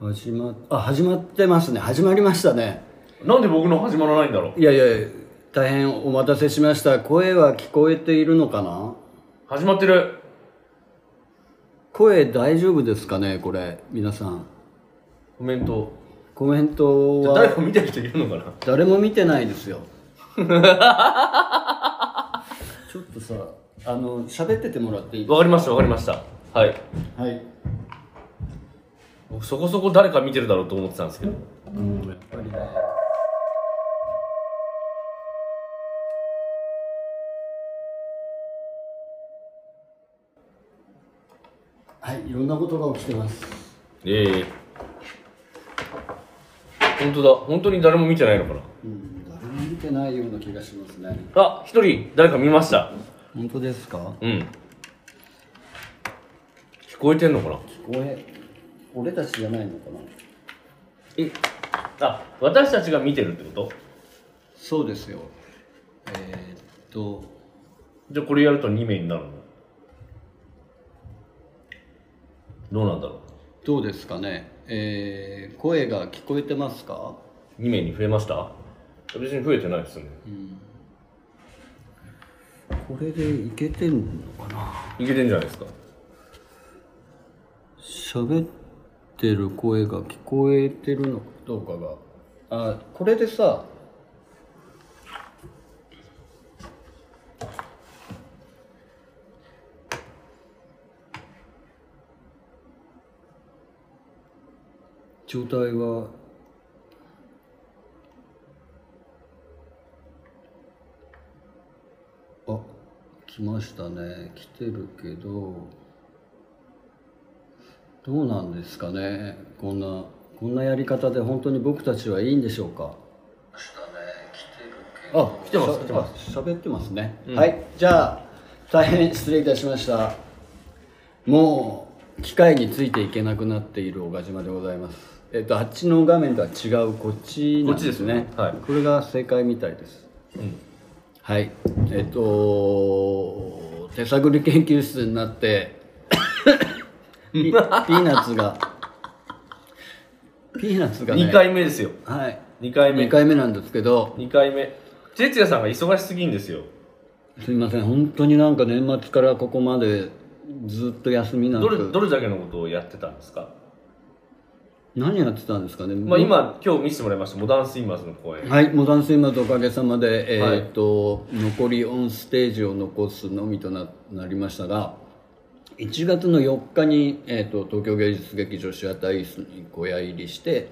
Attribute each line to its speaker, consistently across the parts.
Speaker 1: 始まっあ始まってますね始まりましたね
Speaker 2: なんで僕の始まらないんだろう
Speaker 1: いやいやいや大変お待たせしました声は聞こえているのかな
Speaker 2: 始まってる
Speaker 1: 声大丈夫ですかねこれ皆さん
Speaker 2: コメント
Speaker 1: コメント
Speaker 2: 誰
Speaker 1: は
Speaker 2: か見てる人いるのかな
Speaker 1: 誰も見てないですよ ちょっとさあの喋っててもらっていい
Speaker 2: わかりましたわかりましたはい
Speaker 1: はい、
Speaker 2: 僕そこそこ誰か見てるだろうと思ってたんですけど
Speaker 1: うん、やっぱりねはいいろんなことが起きてます
Speaker 2: ええ本当だ本当に誰も見てないのかな
Speaker 1: うん誰も見てないような気がしますね
Speaker 2: あ一人誰か見ました
Speaker 1: 本当ですか
Speaker 2: うん聞こえてんのかな
Speaker 1: 聞こえ俺たちじゃないのかな
Speaker 2: えあ私たちが見てるってこと
Speaker 1: そうですよえー、っと
Speaker 2: じゃあこれやると2名になるのどうなんだろ
Speaker 1: どうですかねえー、声が聞こえてますか
Speaker 2: う2名に増えました別に増えてないですよね
Speaker 1: これでいけてんのかない
Speaker 2: けてんじゃないですか
Speaker 1: 喋ってる声が聞こえてるのかどうかがあこれでさ状態はあ来ましたね来てるけどどうなんですかねこんなこんなやり方で本当に僕たちはいいんでしょうかあ
Speaker 2: 来てます来てます
Speaker 1: 喋ってますね、
Speaker 2: うん
Speaker 1: はいじゃあ大変失礼いたしましたもう機械についていけなくなっている小鹿島でございますえっとあっちの画面とは違うこっちなんですね
Speaker 2: こっちですねはい
Speaker 1: これが正解みたいです
Speaker 2: うん
Speaker 1: はいえっと手探り研究室になって ピピーナッツがピーナッツがね
Speaker 2: 2回目ですよ
Speaker 1: はい
Speaker 2: 2回目
Speaker 1: 2回目なんですけど
Speaker 2: 2回目哲也さんが忙しすぎんですよ
Speaker 1: すみません本当になんか年末からここまでずっと休みな
Speaker 2: どれ
Speaker 1: く
Speaker 2: どれだけのことをやってたんですか、
Speaker 1: 何やってたんですかね、
Speaker 2: まあ、今今日見せてもらいましたモダンスインバーズの公演
Speaker 1: はい、モダンスイマーズおかげさまで、え
Speaker 2: はい
Speaker 1: ーっと残りオンステージを残すのみとななりましたが1月の4日に、えーっと東京芸術劇場シアターイースに小屋入りして、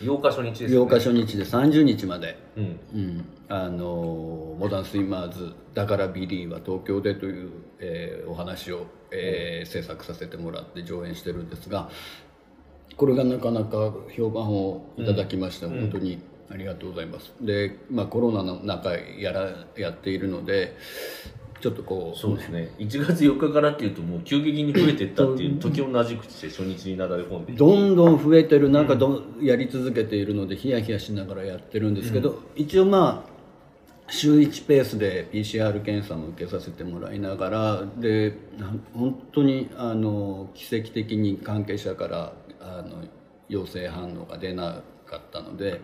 Speaker 2: 8日初日です、ね、
Speaker 1: 8日初日で30日まで、
Speaker 2: うん
Speaker 1: うんあのーモダンスイマーズ「だからビリーは東京で」という、えーお話を、えー制作させてもらって上演してるんですがこれがなかなか評判をいただきまして、本当にありがとうございますで、まあ、コロナの中やらやっているのでちょっとこう
Speaker 2: そうですね1月4日からっていうともう急激に増えていったっていう時を同じ口で初日になだれ込んで
Speaker 1: どんどん増えてるなんかどんやり続けているのでヒヤヒヤしながらやってるんですけど、一応まあ週1ペースで PCR 検査も受けさせてもらいながらでな本当にあの奇跡的に関係者からあの陽性反応が出なかったので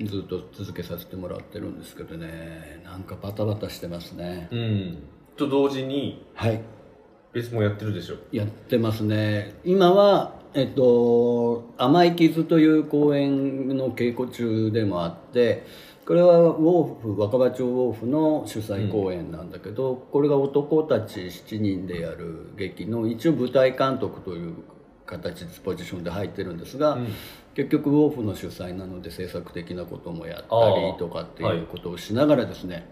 Speaker 1: ずっと続けさせてもらってるんですけどねなんかバタバタしてますね
Speaker 2: うんと同時に
Speaker 1: はい
Speaker 2: 別もやってるでしょ
Speaker 1: やってますね今はえっと「甘い傷」という公演の稽古中でもあってこれはウォーフ若葉町ウォーフの主催公演なんだけど、これが男たち7人でやる劇の一応舞台監督という形ポジションで入ってるんですが、
Speaker 2: うん
Speaker 1: 結局ウォーフの主催なので制作的なこともやったりとかって
Speaker 2: あーはいいう
Speaker 1: ことをしながらですね、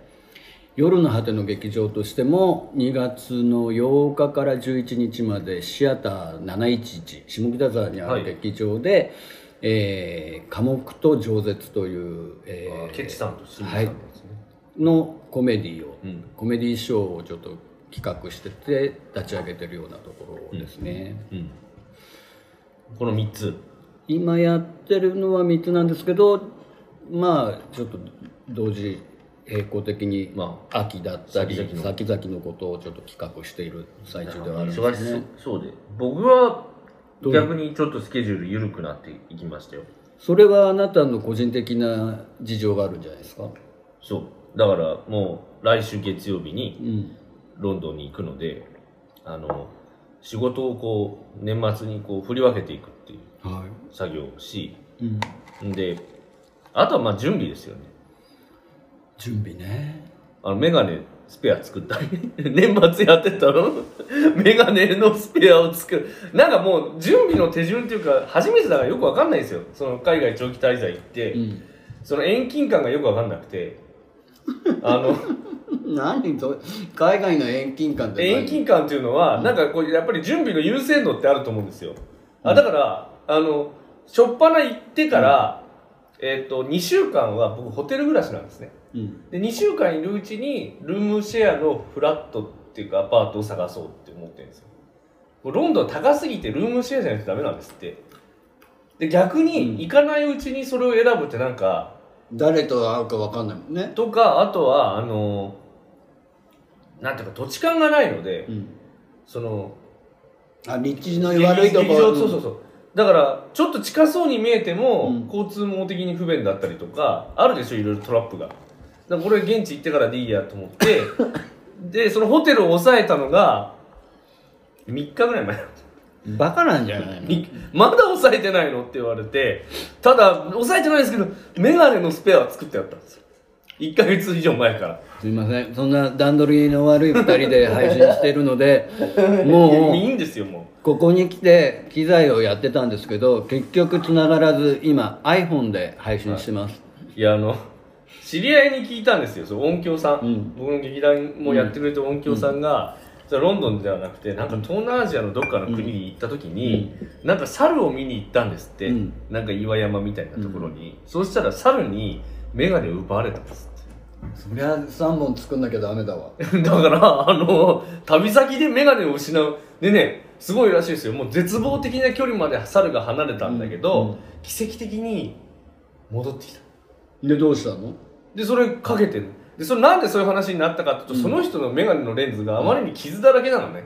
Speaker 1: 夜の果ての劇場としても2月の8日から11日までシアター711下北沢にある劇場で「えー寡黙と饒舌」という、えー
Speaker 2: ケチさんとシンさんのですね、
Speaker 1: のコメディを、
Speaker 2: うん
Speaker 1: コメディショーをちょっと企画してて立ち上げてるようなところですね。
Speaker 2: うんこの3つ
Speaker 1: 今やってるのは3つなんですけどまあちょっと同時並行的に
Speaker 2: ま
Speaker 1: 秋だったり
Speaker 2: 先々の
Speaker 1: 先々のことをちょっと企画している最中ではあるんです
Speaker 2: 忙し
Speaker 1: ね
Speaker 2: そうそうで僕は
Speaker 1: どう
Speaker 2: 逆にちょっとスケジュール緩くなっていきましたよ
Speaker 1: それはあなたの個人的な事情があるんじゃないですか
Speaker 2: そうだからもう来週月曜日に
Speaker 1: うん
Speaker 2: ロンドンに行くのであの仕事をこう年末にこう振り分けていくっていう
Speaker 1: は
Speaker 2: 作業をし
Speaker 1: い、うん、
Speaker 2: であとはまあ準備ですよね
Speaker 1: 準備ね
Speaker 2: あのメガネスペア作ったり 年末やってたのメガネのスペアを作るなんかもう準備の手順っていうか初めてだからよくわかんないですよその海外長期滞在行って、
Speaker 1: うん
Speaker 2: その遠近感がよくわかんなくてあ の
Speaker 1: 何それ海外の遠近感って何
Speaker 2: 遠近感っていうのは、なんかこうやっぱり準備の優先度ってあると思うんですよ、あだからあの初っ端行ってから、えっと2週間は僕ホテル暮らしなんですね
Speaker 1: うん
Speaker 2: で2週間いるうちにルームシェアのフラットっていうかアパートを探そうって思ってるんですよこれロンドン高すぎてルームシェアじゃないとダメなんですってで逆
Speaker 1: うん
Speaker 2: に行かないうちにそれを選ぶってなんか
Speaker 1: 誰と会うか分かんないもんね
Speaker 2: とかあとはあのなんていうか土地勘がないので、
Speaker 1: うん
Speaker 2: その
Speaker 1: あ立地の悪いとこ
Speaker 2: 劇
Speaker 1: ろ
Speaker 2: 場そうそうそうだからちょっと近そうに見えても、
Speaker 1: うん
Speaker 2: 交通網的に不便だったりとかあるでしょいろいろトラップがだからこれ現地行ってからでいいやと思って でそのホテルを抑えたのが3日ぐらい前
Speaker 1: バカなんじゃないの
Speaker 2: にまだ抑えてないのって言われてただ抑えてないですけどメガネのスペアは作ってあったんですよ1ヶ月以上前から
Speaker 1: すいませんそんな段取りの悪い2人で配信してるの でも
Speaker 2: いやいういんですよも
Speaker 1: ここに来て機材をやってたんですけど結局繋がらず今 iPhone で配信してます、
Speaker 2: ういやあの知り合いに聞いたんですよその音響さん、
Speaker 1: うん
Speaker 2: 僕の劇団もやってくれた音響さんが、それはロンドンではなくてなんか東南アジアのどっかの国に行った時に、なんか猿を見に行ったんですって、
Speaker 1: うん
Speaker 2: なんか岩山みたいなところに、そうしたら猿に眼鏡を奪われたんです
Speaker 1: そりゃ3本作んなきゃダメだわ
Speaker 2: って だからあの旅先で眼鏡を失うでねすごいらしいですよもう絶望的な距離まで猿が離れたんだけど、
Speaker 1: うんうん
Speaker 2: 奇跡的に戻ってきた
Speaker 1: でどうしたの
Speaker 2: でそれかけてるでそれなんでそういう話になったかっていうと、その人の眼鏡のレンズがあまりに傷だらけなのね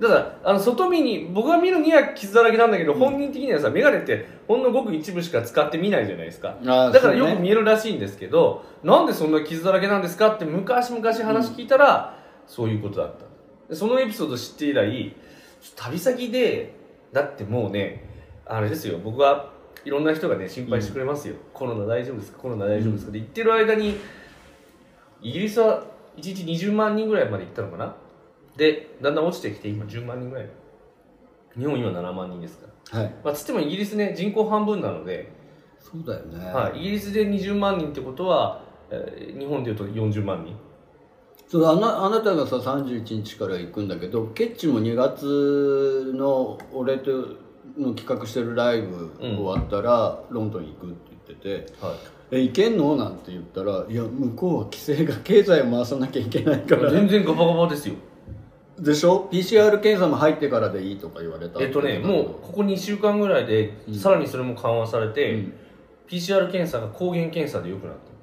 Speaker 2: だからあの外見に僕が見るには傷だらけなんだけど、本人的にはさ眼鏡ってほんのごく一部しか使ってみないじゃないですか
Speaker 1: あー
Speaker 2: だから
Speaker 1: そうね
Speaker 2: よく見えるらしいんですけど、なんでそんな傷だらけなんですかって昔々話聞いたら、そういうことだったでそのエピソード知って以来旅先でだってもうねあれですよ僕はいろんな人がね心配してくれますよ、コロナ大丈夫ですかコロナ大丈夫ですかって言ってる間にイギリスは1日20万人ぐらいまで行ったのかなでだんだん落ちてきて今10万人ぐらい日本今7万人ですから、
Speaker 1: はい
Speaker 2: まあ、つってもイギリスね人口半分なので、
Speaker 1: そうだよね、
Speaker 2: はい、イギリスで20万人ってことは、えー日本でいうと40万人
Speaker 1: そうあなあなたがさ31日から行くんだけどケッチも2月の俺との企画してるライブ終わったら、ロンドン行くって言ってて
Speaker 2: はい
Speaker 1: 「え行けんの?」なんて言ったら「いや向こうは規制が 経済を回さなきゃいけないから」
Speaker 2: 全然ガバガバですよ
Speaker 1: でしょ PCR 検査も入ってからでいいとか言われた
Speaker 2: えっとねもうここ2週間ぐらいで、さらにそれも緩和されて、PCR 検査が抗原検査で良くなってます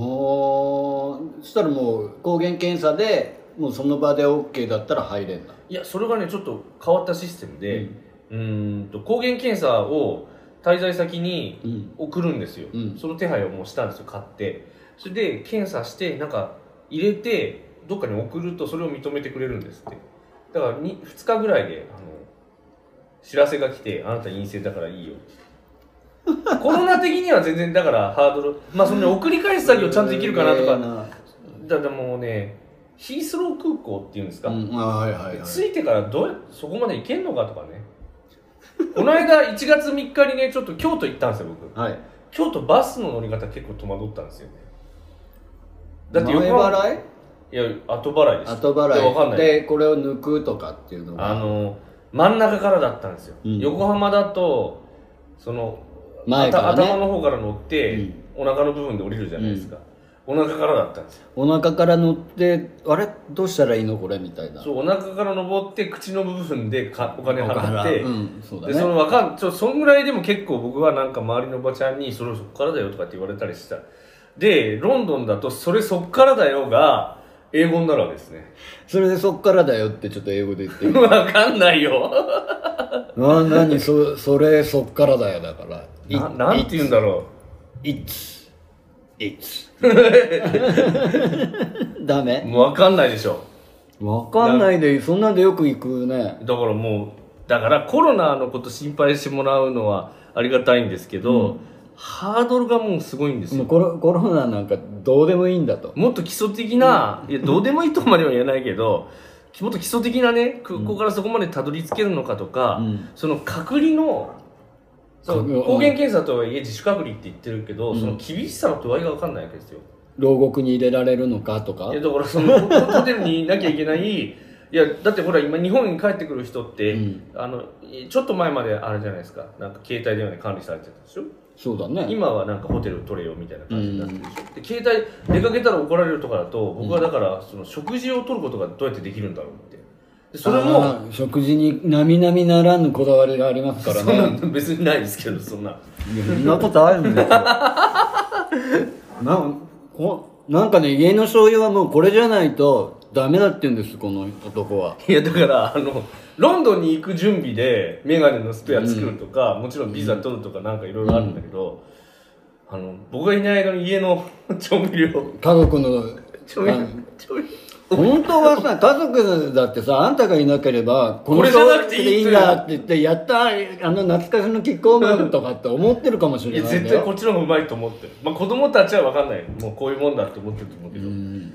Speaker 1: ほーそしたらもう抗原検査でもうその場で OK だったら入れんだ
Speaker 2: いやそれがねちょっと変わったシステムで、うーんと抗原検査を滞在先に
Speaker 1: うん
Speaker 2: 送るんですよ、
Speaker 1: うん
Speaker 2: その手配をもうしたんですよ買ってそれで検査してなんか入れてどっかに送るとそれを認めてくれるんですってだから 2, 日ぐらいであの知らせが来てあなた陰性だからいいよコロナ的には全然だからハードルまあそのね送り返す作業ちゃんとできるかなとかだってもうねヒースロー空港っていうんですか、
Speaker 1: うんあはいはいはい
Speaker 2: 着いてからどうやそこまで行けんのかとかねこの間1月3日にねちょっと京都行ったんですよ僕
Speaker 1: はい
Speaker 2: 京都バスの乗り方結構戸惑ったんですよねだって
Speaker 1: 前
Speaker 2: 横浜
Speaker 1: 払い
Speaker 2: いや後払いです
Speaker 1: 後
Speaker 2: いやわか
Speaker 1: 払
Speaker 2: ん
Speaker 1: い
Speaker 2: ない
Speaker 1: でこれを抜くとかっていうの
Speaker 2: あ
Speaker 1: が
Speaker 2: の真ん中からだったんですよ、
Speaker 1: うん
Speaker 2: 横浜だとその
Speaker 1: 前か
Speaker 2: あ
Speaker 1: ら
Speaker 2: た
Speaker 1: ね
Speaker 2: 頭の方から乗って、お腹の部分で降りるじゃないですか、お腹からだったんですよ
Speaker 1: お腹から乗ってあれどうしたらいいのこれみたいな
Speaker 2: そうお腹から登って口の部分でかお金
Speaker 1: お
Speaker 2: 払
Speaker 1: 腹
Speaker 2: って、
Speaker 1: うんそうだ
Speaker 2: で
Speaker 1: ね
Speaker 2: そのわかんちょそんぐらいでも結構僕はなんか周りのおばちゃんに「それそっからだよ」とかって言われたりしたでロンドンだと「それそっからだよ」が英語になるわけですね
Speaker 1: それでそっからだよってちょっと英語で言ってみる
Speaker 2: わかんないよ
Speaker 1: あ何そそれそっからだよだから
Speaker 2: ななんて言うんだろ
Speaker 1: いいつい つダ
Speaker 2: う
Speaker 1: メ
Speaker 2: もう分かんないでしょ
Speaker 1: わかんないでそんなんでよく行くね
Speaker 2: だからもうだからコロナのこと心配してもらうのはありがたいんですけど、ハードルがもうすごいんです
Speaker 1: もう
Speaker 2: よ
Speaker 1: コロコロナなんかどうでもいいんだと
Speaker 2: もっと基礎的な、いやどうでもいいとまでは言えないけどもっと基礎的なね空港からそこまでたどり着けるのかとか、
Speaker 1: うん
Speaker 2: その隔離のそう
Speaker 1: 隔離
Speaker 2: 抗原検査とはいえ自主隔離って言ってるけど、
Speaker 1: うん
Speaker 2: その厳しさの度合いが分かんないわけですよ
Speaker 1: 牢獄に入れられるのかとか
Speaker 2: いやだから そのホテルにいなきゃいけないいやだってほら今日本に帰ってくる人って、
Speaker 1: うん
Speaker 2: あのちょっと前まであれじゃないですかなんか携帯電話で管理されてたでしょ
Speaker 1: そうだね
Speaker 2: 今はなんかホテル取れよみたいな感じになってるでしょ、で携帯出かけたら怒られるとかだと僕はだからその食事を取ることがどうやってできるんだろうってでそれも
Speaker 1: あー食事に並々ならぬこだわりがありますから
Speaker 2: そんな
Speaker 1: ね
Speaker 2: の別にないですけどそんな。
Speaker 1: いやそんなことあるんですよなこなんかね家の醤油はもうこれじゃないとダメだって言うんですこの男はい
Speaker 2: やだからあのロンドンに行く準備で眼鏡のスペア作るとか、もちろんビザ取るとかなんかいろいろあるんだけど、あの僕がいない間に家の 調味料
Speaker 1: 家族の
Speaker 2: 調味
Speaker 1: あ
Speaker 2: 料
Speaker 1: の
Speaker 2: 調味料
Speaker 1: 本当はさ家族だってさあんたがいなければ
Speaker 2: これじゃなくていい
Speaker 1: でいいんだって言ってやったーあの懐かしのキックオフとかって思ってるかもし
Speaker 2: い
Speaker 1: れ
Speaker 2: や
Speaker 1: ないん
Speaker 2: 絶
Speaker 1: だ
Speaker 2: 対こっ
Speaker 1: よ
Speaker 2: ちの方がうまいと思ってる、まあ、子供たちは分かんないもうこういうもんだって思ってると思うけど、
Speaker 1: うん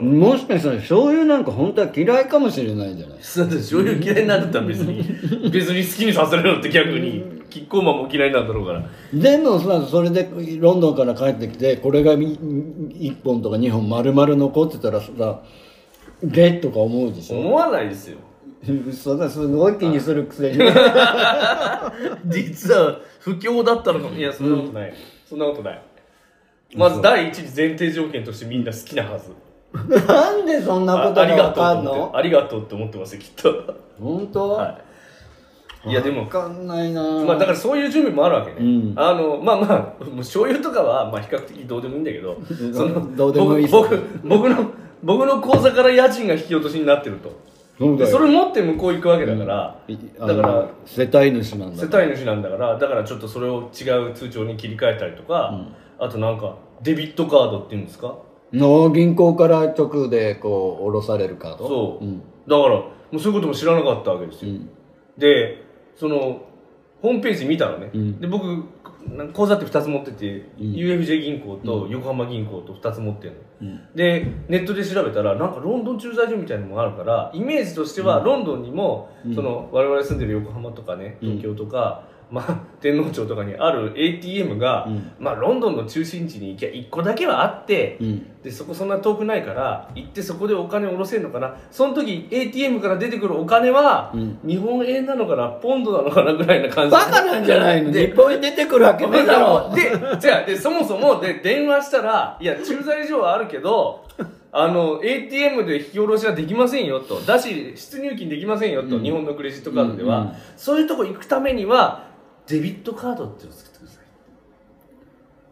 Speaker 1: もしかしたら醤油なんか本当は嫌いかもしれないじゃない
Speaker 2: そうだ醤油嫌いになってたら別に 別に好きにさせれろって逆にキッコーマンも嫌いなんだろうから
Speaker 1: でもさそれでロンドンから帰ってきてこれが1本とか2本丸々残ってたらさでとか思うでしょ
Speaker 2: 思わないですよ
Speaker 1: そんなすごい気にするくせに
Speaker 2: 実は不況だったのかもいやそんなことない、そんなことないまず第一次前提条件としてみんな好きなはず
Speaker 1: なんでそんなこと
Speaker 2: ああり
Speaker 1: が
Speaker 2: が
Speaker 1: わかん
Speaker 2: とうと思って
Speaker 1: の
Speaker 2: ありがとうって思ってますよきっと
Speaker 1: 本当、
Speaker 2: はいいやでも
Speaker 1: わかんないな
Speaker 2: まあだからそういう準備もあるわけね、
Speaker 1: うん
Speaker 2: あのまあまあもう醤油とかはまあ比較的どうでもいいんだけどその
Speaker 1: どうでもいいっす
Speaker 2: 僕僕僕の僕の口座から家賃が引き落としになってると
Speaker 1: そう
Speaker 2: で
Speaker 1: だよ
Speaker 2: それ持って向こう行くわけだから、
Speaker 1: いあ
Speaker 2: だ
Speaker 1: の
Speaker 2: から
Speaker 1: 世帯主なんだ
Speaker 2: 世帯主なんだからだからちょっとそれを違う通帳に切り替えたりとか、あとなんかデビットカードっていうんですか
Speaker 1: の銀行から直でこう下ろされるカード
Speaker 2: そう、
Speaker 1: ん
Speaker 2: だからもうそういうことも知らなかったわけです
Speaker 1: う
Speaker 2: よ、
Speaker 1: ん
Speaker 2: でそのホームページ見たらね、
Speaker 1: うん
Speaker 2: で僕なん口座って2つ持ってて、
Speaker 1: うん
Speaker 2: UFJ 銀行と横浜銀行と2つ持ってるの、
Speaker 1: うん
Speaker 2: でネットで調べたらなんかロンドン駐在所みたいなのもあるからイメージとしてはロンドンにも、
Speaker 1: うん
Speaker 2: その我々住んでる横浜とかね
Speaker 1: うん
Speaker 2: 東京とか、まあ、天皇町とかにある ATM が、
Speaker 1: うん
Speaker 2: まあ、ロンドンの中心地に行きゃ1個だけはあって、
Speaker 1: うん
Speaker 2: でそこそんな遠くないから行ってそこでお金を下ろせるのかなその時 ATM から出てくるお金は、
Speaker 1: うん
Speaker 2: 日本円なのかなポンドなのかなぐらいな感じ
Speaker 1: バカなんじゃないの
Speaker 2: で
Speaker 1: 日本に出てくるわけねえだろ
Speaker 2: で、じゃあ、で、そもそも、で、電話したら、いや、駐在所はあるけど、あの、ATM で引き下ろしはできませんよと。だし、出入金できませんよと。
Speaker 1: うん
Speaker 2: 日本のクレジットカードでは、
Speaker 1: うんうん
Speaker 2: そういうとこ行くためには、デビットカードっていうのを作ってくださ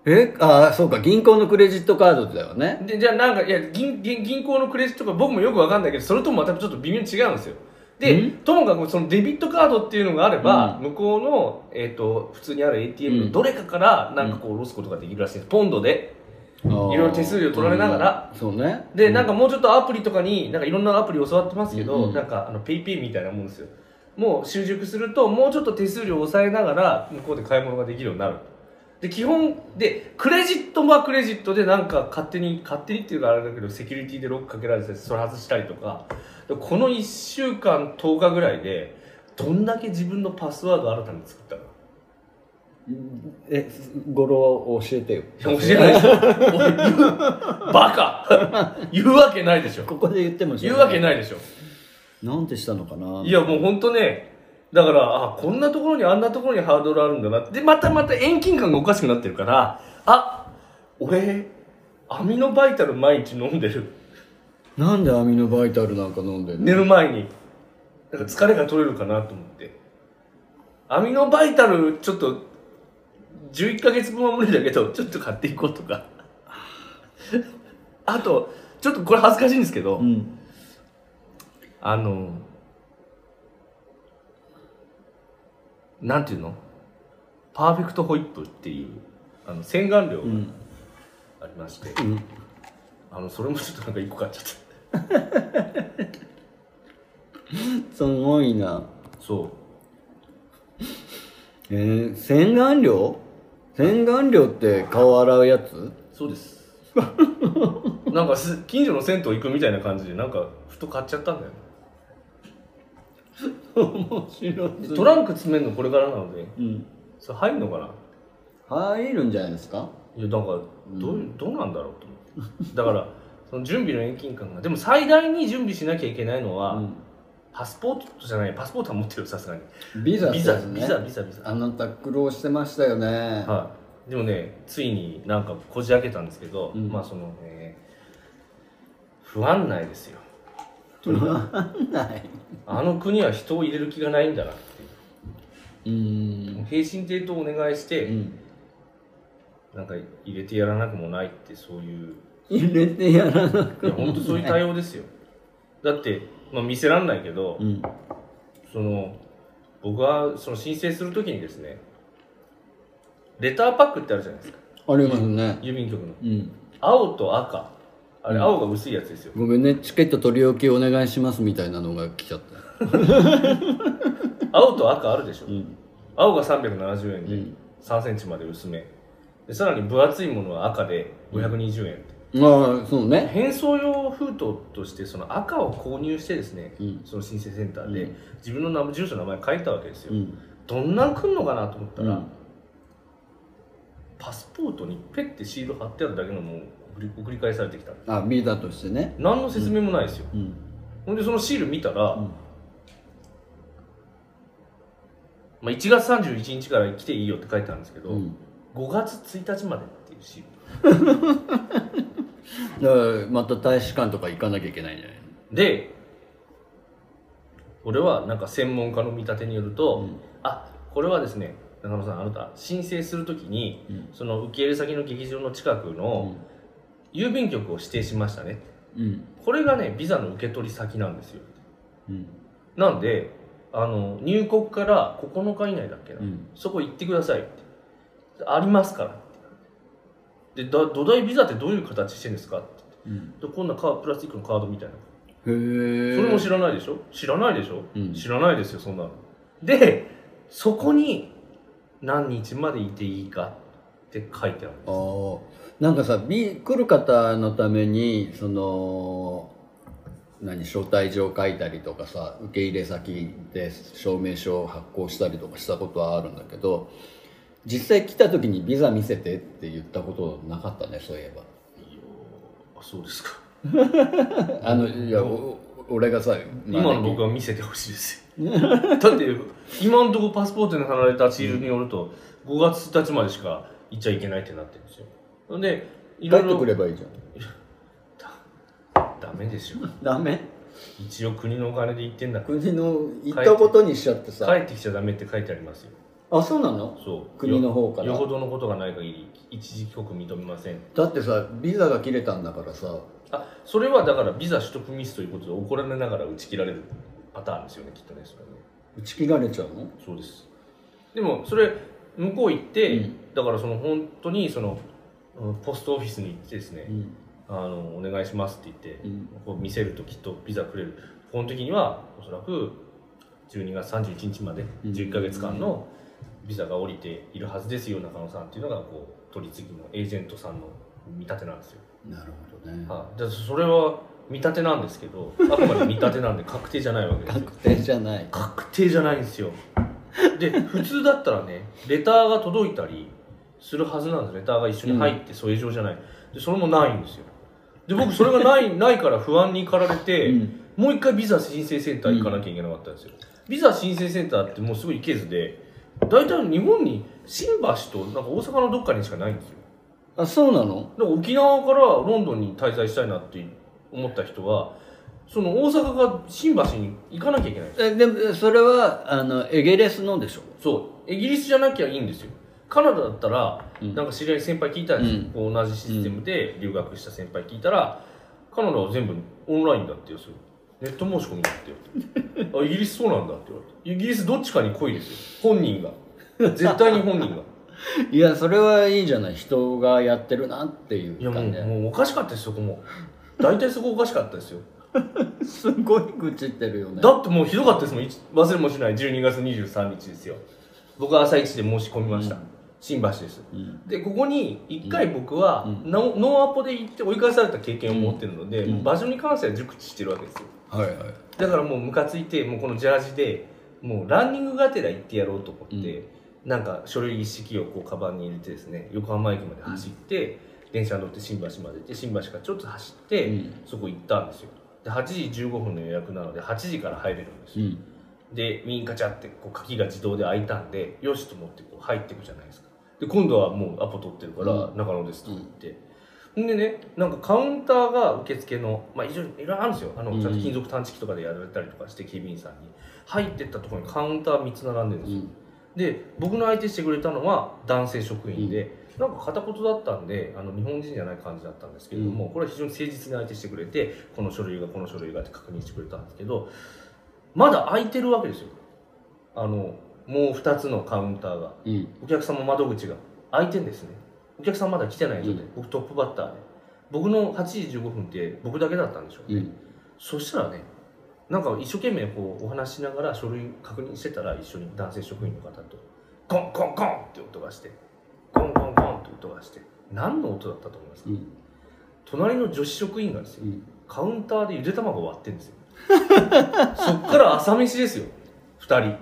Speaker 1: えああそうか銀行のクレジットカードだよね
Speaker 2: い。で、じゃあなんか、いや、銀、銀銀行のクレジットカード、僕もよくわかんないけど、それともまたちょっと微妙に違うんですよ。で
Speaker 1: ん、
Speaker 2: ともかくそのデビットカードっていうのがあれば、向こうの、えっ、と、普通にある ATM のどれかから、なんかこう、下ろすことができるらしいです。ポンドで。
Speaker 1: いろ
Speaker 2: いろいろ手数料取られながら
Speaker 1: そうね
Speaker 2: で、なんかもうちょっとアプリとかに、なんかいろんなアプリ教わってますけど、
Speaker 1: うんうん
Speaker 2: なんかあのペイペイみたいなもんですよ。もう習熟すると、もうちょっと手数料を抑えながら、向こうで買い物ができるようになる。で、基本、で、クレジットはクレジットで、なんか勝手に、勝手にっていうかあれだけど、セキュリティでロックかけられて、それ外したりとか、でこの1週間、10日ぐらいで、どんだけ自分のパスワード新たに作ったの
Speaker 1: え語呂を教えてよ
Speaker 2: 教えないでしょ。おい言う バカ言うわけないでしょ。
Speaker 1: ここで言ってもしょ
Speaker 2: 言うわけ
Speaker 1: い
Speaker 2: ないでしょ。
Speaker 1: なんてしたのかない
Speaker 2: やもうほんとねだからあこんなところにあんなところにハードルあるんだなでまたまた遠近感がおかしくなってるからあ俺アミノバイタル毎日飲んでる
Speaker 1: なんでアミノバイタルなんか飲んでんの
Speaker 2: 寝る前になんか疲れが取れるかなと思ってアミノバイタルちょっと11ヶ月分は無理だけどちょっと買っていこうとかあとちょっとこれ恥ずかしいんですけど、
Speaker 1: うん
Speaker 2: あのなんていうのパーフェクトホイップっていうあの洗顔料
Speaker 1: う
Speaker 2: が
Speaker 1: ん
Speaker 2: ありまして、
Speaker 1: うん
Speaker 2: あのそれもちょっとなんか1個買っちゃった
Speaker 1: すごいな
Speaker 2: そう
Speaker 1: えー、洗顔料洗顔料って顔洗うやつ
Speaker 2: そうです なんかす近所の銭湯行くみたいな感じでなんかふと買っちゃったんだよね
Speaker 1: 面白い
Speaker 2: でトランク詰めるのこれからなので
Speaker 1: うん
Speaker 2: それ入るのかな
Speaker 1: 入るんじゃないですか
Speaker 2: いやなんかどう,、どうなんだろうと思ってだからその準備の遠近感がでも最大に準備しなきゃいけないのは、
Speaker 1: う
Speaker 2: パスポートじゃないパスポートは持ってるよさすがに
Speaker 1: んビザって
Speaker 2: ビ
Speaker 1: や
Speaker 2: ザ
Speaker 1: つね
Speaker 2: ビザビザビザ
Speaker 1: あなた苦労してましたよね
Speaker 2: はいでもねついになんかこじ開けたんですけど、
Speaker 1: うん
Speaker 2: まあそのね不安内ですよ
Speaker 1: いんない
Speaker 2: あの国は人を入れる気がないんだなっていう
Speaker 1: うーん
Speaker 2: 平身抵当をお願いして、
Speaker 1: うん
Speaker 2: なんか入れてやらなくもないってそう いう
Speaker 1: 入れてやらなく
Speaker 2: いや本当そういう対応ですよだって、まあ、見せらんないけど、
Speaker 1: うん
Speaker 2: その僕はその申請するときにですねレターパックってあるじゃないですか
Speaker 1: ありますね
Speaker 2: 郵便局の
Speaker 1: うん
Speaker 2: 青と赤あれ
Speaker 1: うん
Speaker 2: 青が薄いやつですよ、
Speaker 1: ごめんねチケット取り置きお願いしますみたいなのが来ちゃった
Speaker 2: 青と赤あるでしょ、
Speaker 1: うん
Speaker 2: 青が370円
Speaker 1: う
Speaker 2: で
Speaker 1: ん
Speaker 2: 3センチまで薄めでさらに分厚いものは赤で520円、
Speaker 1: ああそうね
Speaker 2: 返送用封筒としてその赤を購入してですね、
Speaker 1: うん
Speaker 2: その申請センターで、
Speaker 1: うん
Speaker 2: 自分の名前住所名前書いたわけですよ、
Speaker 1: うん
Speaker 2: どんなん来んのかなと思ったら、
Speaker 1: うん
Speaker 2: パスポートにペッてシール貼ってあるだけのもう送り送り返されてきた
Speaker 1: あビザとしてね
Speaker 2: 何の説明もないですよ、
Speaker 1: うん
Speaker 2: ほんでそのシール見たら、
Speaker 1: うん
Speaker 2: まあ、1月31日から来ていいよって書いてあるんですけど、
Speaker 1: うん
Speaker 2: 5月1日までっていうシー
Speaker 1: だからまた大使館とか行かなきゃいけないんじゃない
Speaker 2: ルで俺はなんか専門家の見立てによると、
Speaker 1: うん
Speaker 2: あこれはですね中野さんあなた申請するときに
Speaker 1: うん
Speaker 2: その受け入れ先の劇場の近くの郵便局を指定しましたね
Speaker 1: うん
Speaker 2: これがねビザの受け取り先なんですよ
Speaker 1: うん
Speaker 2: なんであの入国から9日以内だっけな、
Speaker 1: うん
Speaker 2: そこ行ってくださいってありますからってでだ土台ビザってどういう形してるんですかって
Speaker 1: うん
Speaker 2: でこんなカープラスチックのカードみたいな
Speaker 1: へえ
Speaker 2: それも知らないでしょ知らないでしょ、
Speaker 1: うん
Speaker 2: 知らないですよそんなのでそこに何日までいていいかって書いてあるんです
Speaker 1: ああなんかさ B 来る方のためにその何招待状書いたりとかさ受け入れ先で証明書を発行したりとかしたことはあるんだけど実際来た時にビザ見せてって言ったことなかったねそういえば
Speaker 2: あそうですか
Speaker 1: あのいやお俺がさ
Speaker 2: 今の僕は見せてほしいです よだって今のところパスポートに貼られたシールによると、5月1日までしか行っちゃいけないってなってるんですよなんでい
Speaker 1: 帰
Speaker 2: ろい
Speaker 1: ってく
Speaker 2: ろ
Speaker 1: ればいいじゃん
Speaker 2: ダメでしょ
Speaker 1: ダメ
Speaker 2: 一応国のお金で行っ てんだか
Speaker 1: 国の行ったことにしちゃってさ、
Speaker 2: ら帰ってきちゃダメって書いてありますよ
Speaker 1: あそうなの
Speaker 2: そう
Speaker 1: 国の方から
Speaker 2: よよほどのことがない限り一時帰国認めません
Speaker 1: だってさビザが切れたんだからさ
Speaker 2: あそれはだからビザ取得ミスということで怒られながら打ち切られるパターンですよねきっとねそれはね
Speaker 1: 打ち切られちゃうの
Speaker 2: そうですでもそれ向こう行って、
Speaker 1: う
Speaker 2: だからその本当にそのうんポストオフィスに行ってですね、
Speaker 1: ん
Speaker 2: あのお願いしますって言って、
Speaker 1: うん
Speaker 2: こう見せるときっとビザくれるこの時にはおそらく12月31日まで
Speaker 1: うん
Speaker 2: 11ヶ月間のビザが降りているはずですよ中野さんっていうのがこう取り次ぎのエージェントさんの見立てなんですよ、
Speaker 1: なるほどね
Speaker 2: はい、でそれは見立てなんですけ どあくまで見立てなんで確定じゃないわけですよ
Speaker 1: 確定じゃない
Speaker 2: 確定じゃないんですよで普通だったらねレターが届いたりするはずなんですレターが一緒に入って添え状じゃないでそれもないんですよで僕それがない ないから不安に駆られて、
Speaker 1: うん
Speaker 2: もう一回ビザ申請センター行かなきゃいけなかったんですよ、ビザ申請センターってもうすごい行けずで大体日本に新橋となんか大阪のどっかにしかないんですよ
Speaker 1: あそうなの
Speaker 2: だから沖縄からロンドンに滞在したいなって思った人はその大阪が新橋に行かなきゃいけない
Speaker 1: えでもそれはあのエゲレスのでしょ
Speaker 2: そうイギリスじゃなきゃいいんですよカナダだったら、
Speaker 1: うん
Speaker 2: なんか知り合い先輩聞いたんですよ
Speaker 1: うん
Speaker 2: こう同じシステムで留学した先輩聞いたら、カナダは全部オンラインだってよそれネット申し込みだって 言われてあイギリスそうなんだって言われてイギリスどっちかに来いですよ本人が絶対に本人が
Speaker 1: いやそれはいいじゃない人がやってるなって い
Speaker 2: い
Speaker 1: う
Speaker 2: やもう
Speaker 1: 感じ
Speaker 2: もうおかしかったですよそこも大体そこおかしかったですよ
Speaker 1: すごい愚痴ってるよね
Speaker 2: だってもうひどかったですもんいち忘れもしない12月23日ですよ僕は朝一で申し込みました、
Speaker 1: うん
Speaker 2: 新橋です
Speaker 1: うん
Speaker 2: でここに一回僕は、
Speaker 1: うん
Speaker 2: ノノンアポで行って追い返された経験を持ってるので、
Speaker 1: うん
Speaker 2: もう場所に関しては熟知してるわけですよ
Speaker 1: はいはい
Speaker 2: だからもうムカついてもうこのジャージでもうランニングがてら行ってやろうと思って、なんか書類一式をこうカバンに入れてですね横浜駅まで走って、電車に乗って新橋まで行って新橋からちょっと走って、
Speaker 1: うん
Speaker 2: そこ行ったんですよで8時15分の予約なので8時から入れるんです
Speaker 1: う
Speaker 2: よ、
Speaker 1: ん
Speaker 2: でウィンカチャってこう鍵が自動で開いたんでよしと思ってこう入ってくじゃないですかで今度はもうアポ取ってるから
Speaker 1: う
Speaker 2: 中野ですと言って、ほんでねなんかカウンターが受付のまあいろいろいろいろあるんですよあの
Speaker 1: うん
Speaker 2: ちゃんと金属探知機とかでやられたりとかして警備員さんに入ってったところにカウンター3つ並んでるんですよ、で僕の相手してくれたのは男性職員で、なんか片言だったんであの日本人じゃない感じだったんですけれども、これは非常に誠実に相手してくれてこの書類がこの書類がって確認してくれたんですけどまだ空いてるわけですよあのもう2つのカウンターが
Speaker 1: うん
Speaker 2: お客様窓口が開いてんですねお客さんまだ来てない状態、
Speaker 1: うん
Speaker 2: 僕トップバッターで僕の8時15分って僕だけだったんでしょうね、
Speaker 1: うん
Speaker 2: そしたらねなんか一生懸命こうお話ししながら書類確認してたら一緒に男性職員の方とコンコンコンって音がしてコンコンコンって音がして何の音だったと思いますか、
Speaker 1: うん
Speaker 2: 隣の女子職員がです
Speaker 1: う
Speaker 2: よ
Speaker 1: ん
Speaker 2: カウンターでゆで卵割ってんですよ そっから朝飯ですよ2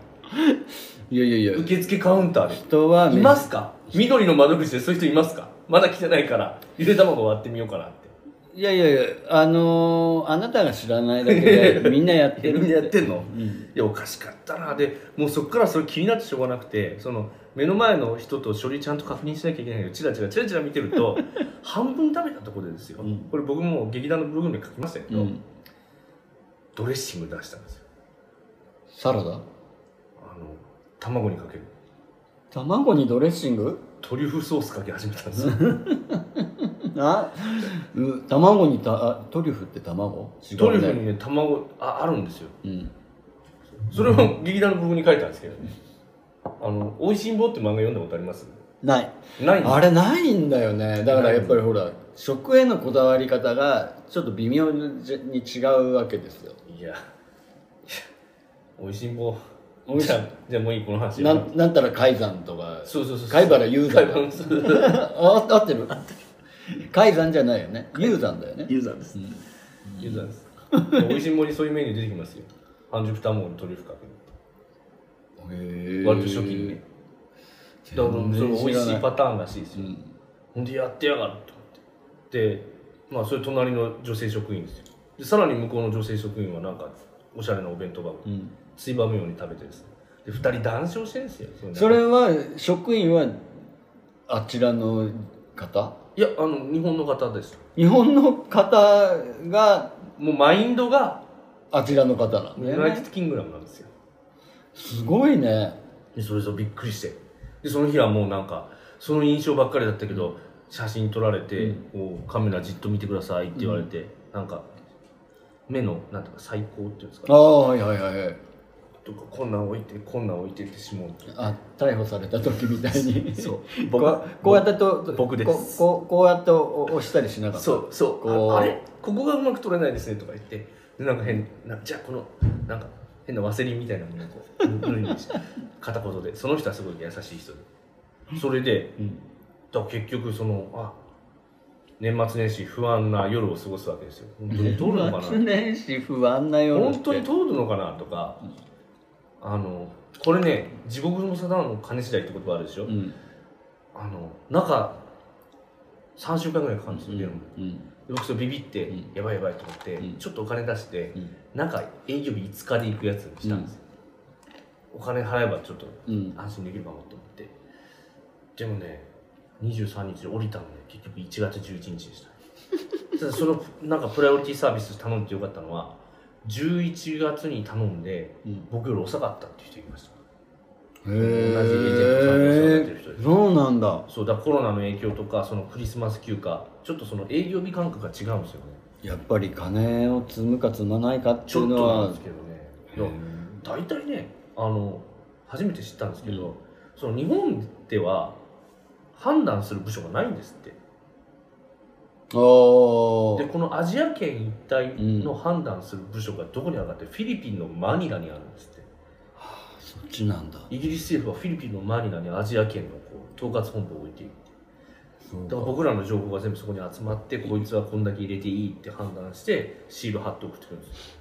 Speaker 1: いやいやいや
Speaker 2: 人受付カウンター
Speaker 1: 人は
Speaker 2: で
Speaker 1: め
Speaker 2: いますか緑の窓口でそういう人いますかまだ来てないからゆで卵割ってみようかなって
Speaker 1: いやいやいやあのーあなたが知らないだけ でみんなやってる
Speaker 2: みんなやってんの
Speaker 1: うん
Speaker 2: いやおかしかったなでもうそこからそれ気になってしょうがなくてその目の前の人と書類ちゃんと確認しなきゃいけないのをチラチラチラチラ見てると 半分食べたところでですよ、
Speaker 1: うん
Speaker 2: これ僕も劇団のブログに書きましたけ
Speaker 1: う
Speaker 2: ど、
Speaker 1: ん
Speaker 2: ドレッシング出したんですよ
Speaker 1: サラダ
Speaker 2: あの卵にかける
Speaker 1: 卵にドレッシング
Speaker 2: トリュフソースかけ始めたんですよ
Speaker 1: あう卵にたあトリュフって卵違
Speaker 2: ト
Speaker 1: う
Speaker 2: リ
Speaker 1: ね
Speaker 2: ュフにね卵ああるんですよ
Speaker 1: うん
Speaker 2: それを劇団のブログに書いたんですけどねあの「おいしんぼ」って漫画読んだことあります
Speaker 1: ない
Speaker 2: ないんです
Speaker 1: あれないんだよねだからやっぱりほら食へのこだわり方がちょっと微妙に違うわけですよ
Speaker 2: いやいやおいしんぼ
Speaker 1: 美味し
Speaker 2: じゃあじゃあもういいこの話
Speaker 1: なんなんたら海山とか
Speaker 2: そうそうそうそう。
Speaker 1: 貝原雄山
Speaker 2: 貝原雄山
Speaker 1: あ合ってる海山じゃないよね雄山だよね
Speaker 3: ユーザーです。
Speaker 2: 雄山です。美味しんぼにそういうメニュー出てきますよ。半熟卵にトリュフかけ
Speaker 1: へ
Speaker 2: る。割と初期にね。だからそ
Speaker 1: 全然
Speaker 2: の美味
Speaker 1: 知
Speaker 2: し
Speaker 1: ら
Speaker 2: い
Speaker 1: ない
Speaker 2: パターンらしいです
Speaker 1: う
Speaker 2: よ。
Speaker 1: ん
Speaker 2: ほんでやってやがると思って。で、まあそれ隣の女性職員ですよ。で、さらに向こうの女性職員はなんか、おしゃれなお弁当箱、
Speaker 1: うん
Speaker 2: ついばむように食べてですね。で、二人談笑してるんですよ。の中
Speaker 1: それは職員はあちらの方
Speaker 2: いや、あの、日本の方です。
Speaker 1: 日本の方が
Speaker 2: もうマインドが、
Speaker 1: あちらの方なんだ
Speaker 2: ユ
Speaker 1: よ
Speaker 2: ナイテ
Speaker 1: ね
Speaker 2: ッドキングダムなんですよ。
Speaker 1: すごいね
Speaker 2: でそれぞれびっくりしてでその日はもうなんかその印象ばっかりだったけど写真撮られて、こうカメラじっと見てくださいって言われて、なんか目のなんとか最高っていうんですか
Speaker 1: ああはいはいはいはい
Speaker 2: とかこんなん置いてこんなん置いてってしまうと
Speaker 1: あ逮捕された時みたいに
Speaker 2: そう
Speaker 1: こうこうやってと
Speaker 2: 僕です
Speaker 1: こうこうこうやって押したりしなかった
Speaker 2: そうそう
Speaker 1: こう
Speaker 2: ああれここがうまく撮れないですねとか言ってでなんか変なじゃあこのなんか変なワセリンみたいなものをこう塗りにして片言でその人はすごい優しい人でそれで
Speaker 1: うん
Speaker 2: だから結局そのあ年末年始不安な夜を過ごすわけですよ本当に通るのか
Speaker 1: 年末年始不安な
Speaker 2: な
Speaker 1: 夜って
Speaker 2: 本当に通るのかなとか、あのこれね「地獄の沙汰の金次第」って言葉あるでしょ、
Speaker 1: うん
Speaker 2: あの中3週間ぐらいかかるんですよ、出るので
Speaker 1: うん
Speaker 2: 僕それビビって、
Speaker 1: うん
Speaker 2: やばいやばいと思って、
Speaker 1: うん
Speaker 2: ちょっとお金出して
Speaker 1: うん
Speaker 2: 中営業日5日で行くやつにしたんですよ、お金払えばちょっと
Speaker 1: うん
Speaker 2: 安心できるかもと思ってでもね23日で降りたのね結局1月11日でしたただそのなんかプライオリティサービス頼んでよかったのは11月に頼んで
Speaker 1: うん
Speaker 2: 僕より遅かったっていう人いました
Speaker 1: へ
Speaker 2: 同じエージェントさんと一緒にやってる人
Speaker 1: え
Speaker 2: です
Speaker 1: そうなんだ
Speaker 2: そうだからコロナの影響とかそのクリスマス休暇ちょっとその営業日感覚が違うんですよね
Speaker 1: やっぱり金を積むか積まないかっ
Speaker 2: ち
Speaker 1: てい
Speaker 2: ょ
Speaker 1: う
Speaker 2: っと
Speaker 1: の
Speaker 2: なん
Speaker 1: は
Speaker 2: ですけどねいや大体ねあの初めて知ったんですけど、その日本では判断する部署がないんですって
Speaker 1: お
Speaker 2: でこのアジア圏一帯
Speaker 1: うん
Speaker 2: の判断する部署がどこにあるかってフィリピンのマニラにあるんですって
Speaker 1: そっちなんだ
Speaker 2: イギリス政府はフィリピンのマニラにアジア圏のこう統括本部を置いている
Speaker 1: そう
Speaker 2: だから僕らの情報が全部そこに集まってこいつはこんだけ入れていいって判断してシール貼って送ってくるんですよ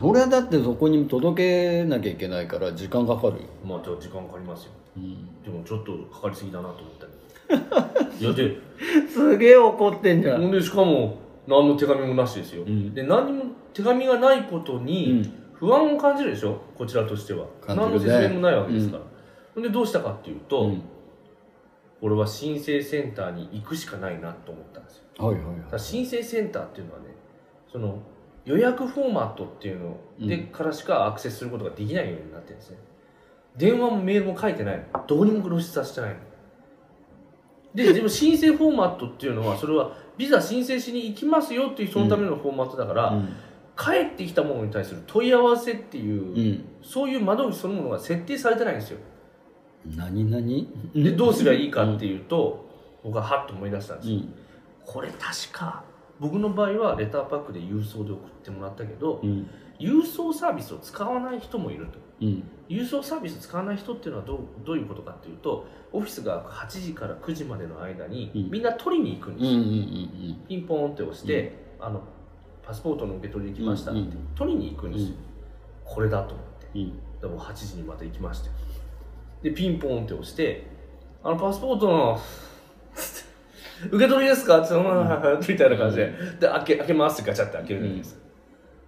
Speaker 1: それはだってそこに届けなきゃいけないから時間かかるよ、
Speaker 2: まあじゃあ時間かかりますよ
Speaker 1: うん、
Speaker 2: でもちょっとかかりすぎだなと思った りいやです
Speaker 1: げえ怒ってんじゃ
Speaker 2: ほんでしかも何の手紙もなしですよ、
Speaker 1: うん
Speaker 2: で何にも手紙がないことに不安を感じるでしょこちらとしては、
Speaker 1: 感じる
Speaker 2: 何
Speaker 1: ね
Speaker 2: の説明もないわけですから、ほんでどうしたかっていうと、
Speaker 1: うん
Speaker 2: 俺は申請センターに行くしかないなと思ったんですよ
Speaker 1: はいはい
Speaker 2: た
Speaker 1: は
Speaker 2: だ
Speaker 1: い
Speaker 2: 申請センターっていうのはねその予約フォーマットっていうので
Speaker 1: うん
Speaker 2: からしかアクセスすることができないようになってるんですね電話もメールも書いてないのどうにも露出はしてないのででも申請フォーマットっていうのはそれはビザ申請しに行きますよっていう人のためのフォーマットだから、帰ってきたものに対する問い合わせっていう、
Speaker 1: うん、
Speaker 2: そういう窓口そのものが設定されてないんですよ
Speaker 1: うん、何何
Speaker 2: でどうすればいいかっていうと、僕ははっと思い出したんですよ、
Speaker 1: ん
Speaker 2: これ確か僕の場合はレターパックで郵送で送ってもらったけど、
Speaker 1: うん
Speaker 2: 郵送サービスを使わない人もいると
Speaker 1: うん
Speaker 2: 郵送サービスを使わない人っていうのはどうどういうことかっていうとオフィスが8時から9時までの間に
Speaker 1: うん
Speaker 2: みんな取りに行くんです
Speaker 1: うんう
Speaker 2: よ、
Speaker 1: んうん
Speaker 2: ピンポーンって押して、あのパスポートの受け取りできましたって、
Speaker 1: うんうん
Speaker 2: 取りに行くんですよ、
Speaker 1: うん
Speaker 2: これだと思って
Speaker 1: うん
Speaker 2: でもう8時にまた行きましたよでピンポンって押して「あのパスポートのつって受け取りですか?」って言ってうん はいはいはいみたいな感じでで開け開けますってガチャって開けるじゃないですか、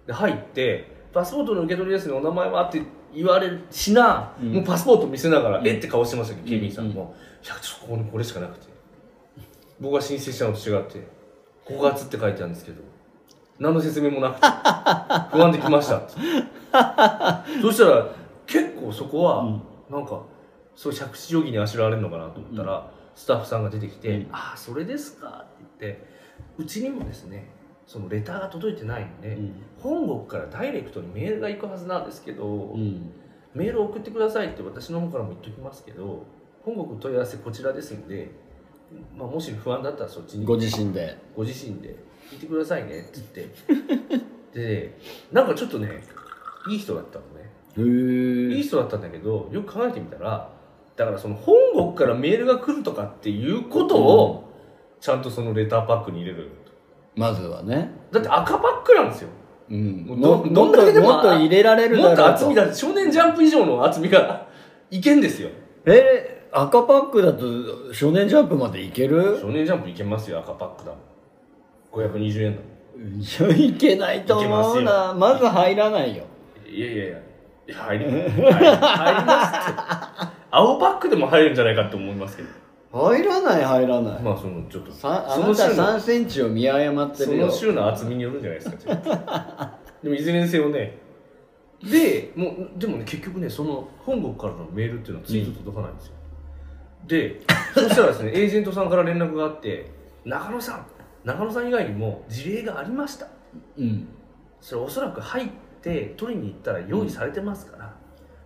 Speaker 2: で入って「パスポートの受け取りですねお名前は?」って言われるしな、
Speaker 1: うん
Speaker 2: もうパスポート見せながら
Speaker 1: う
Speaker 2: 「
Speaker 1: ん
Speaker 2: えっ?」て顔してましたけど警備員さん
Speaker 1: うん
Speaker 2: も「いやちょっとここにこれしかなくて僕が申請したのと違って「5月」って書いてあるんですけど何の説明もなくて不安で来ましたってそしたら結構そこは、なんかそう借地定規にあしらわれるのかなと思ったら、スタッフさんが出てきて「
Speaker 1: うん
Speaker 2: ああそれですか」って言ってうちにもですねそのレターが届いてないんで、
Speaker 1: うん
Speaker 2: 本国からダイレクトにメールが行くはずなんですけど、
Speaker 1: うん
Speaker 2: メールを送ってくださいって私の方からも言っときますけど本国問い合わせこちらですんで、まあ、もし不安だったらそっちに
Speaker 1: ご自身で
Speaker 2: ご自身で聞いてくださいねって言って でなんかちょっとねいい人だったのね
Speaker 1: へ
Speaker 2: いい
Speaker 1: え
Speaker 2: 人だったんだけどよく考えてみたらだからその本国からメールが来るとかっていうことをちゃんとそのレターパックに入れる
Speaker 1: まずはね
Speaker 2: だって赤パックなんですよ
Speaker 1: うん
Speaker 2: ど
Speaker 1: も
Speaker 2: どんだけでも
Speaker 1: もっと入れられる
Speaker 2: も
Speaker 1: だ
Speaker 2: っと
Speaker 1: ろう
Speaker 2: 厚みだって少年ジャンプ以上の厚みが いけんですよ
Speaker 1: えー赤パックだと少年ジャンプまでいける
Speaker 2: 少年ジャンプいけますよ赤パックだもん520円だも
Speaker 1: いやいけないと思うなまず入らないよ
Speaker 2: んいやいやいやいや入り入り入りますって青パックでも入るんじゃないかって思いますけど
Speaker 1: 入らない入らない、
Speaker 2: まあそのちょっと
Speaker 1: さあ
Speaker 2: そ
Speaker 1: な
Speaker 2: の種
Speaker 1: た
Speaker 2: 類
Speaker 1: 3センチを見誤って
Speaker 2: そ
Speaker 1: るよ
Speaker 2: の週の厚みによるんじゃないですかちょっとでもいずれにせよねでもうでもね結局ねその本国からのメールっていうのはツイート届かないんですよ、でそしたらですねエ ージェントさんから連絡があって「中野さん中野さん以外にも事例がありました
Speaker 1: うん
Speaker 2: それおそらく入って取りに行ったら用意されてますから、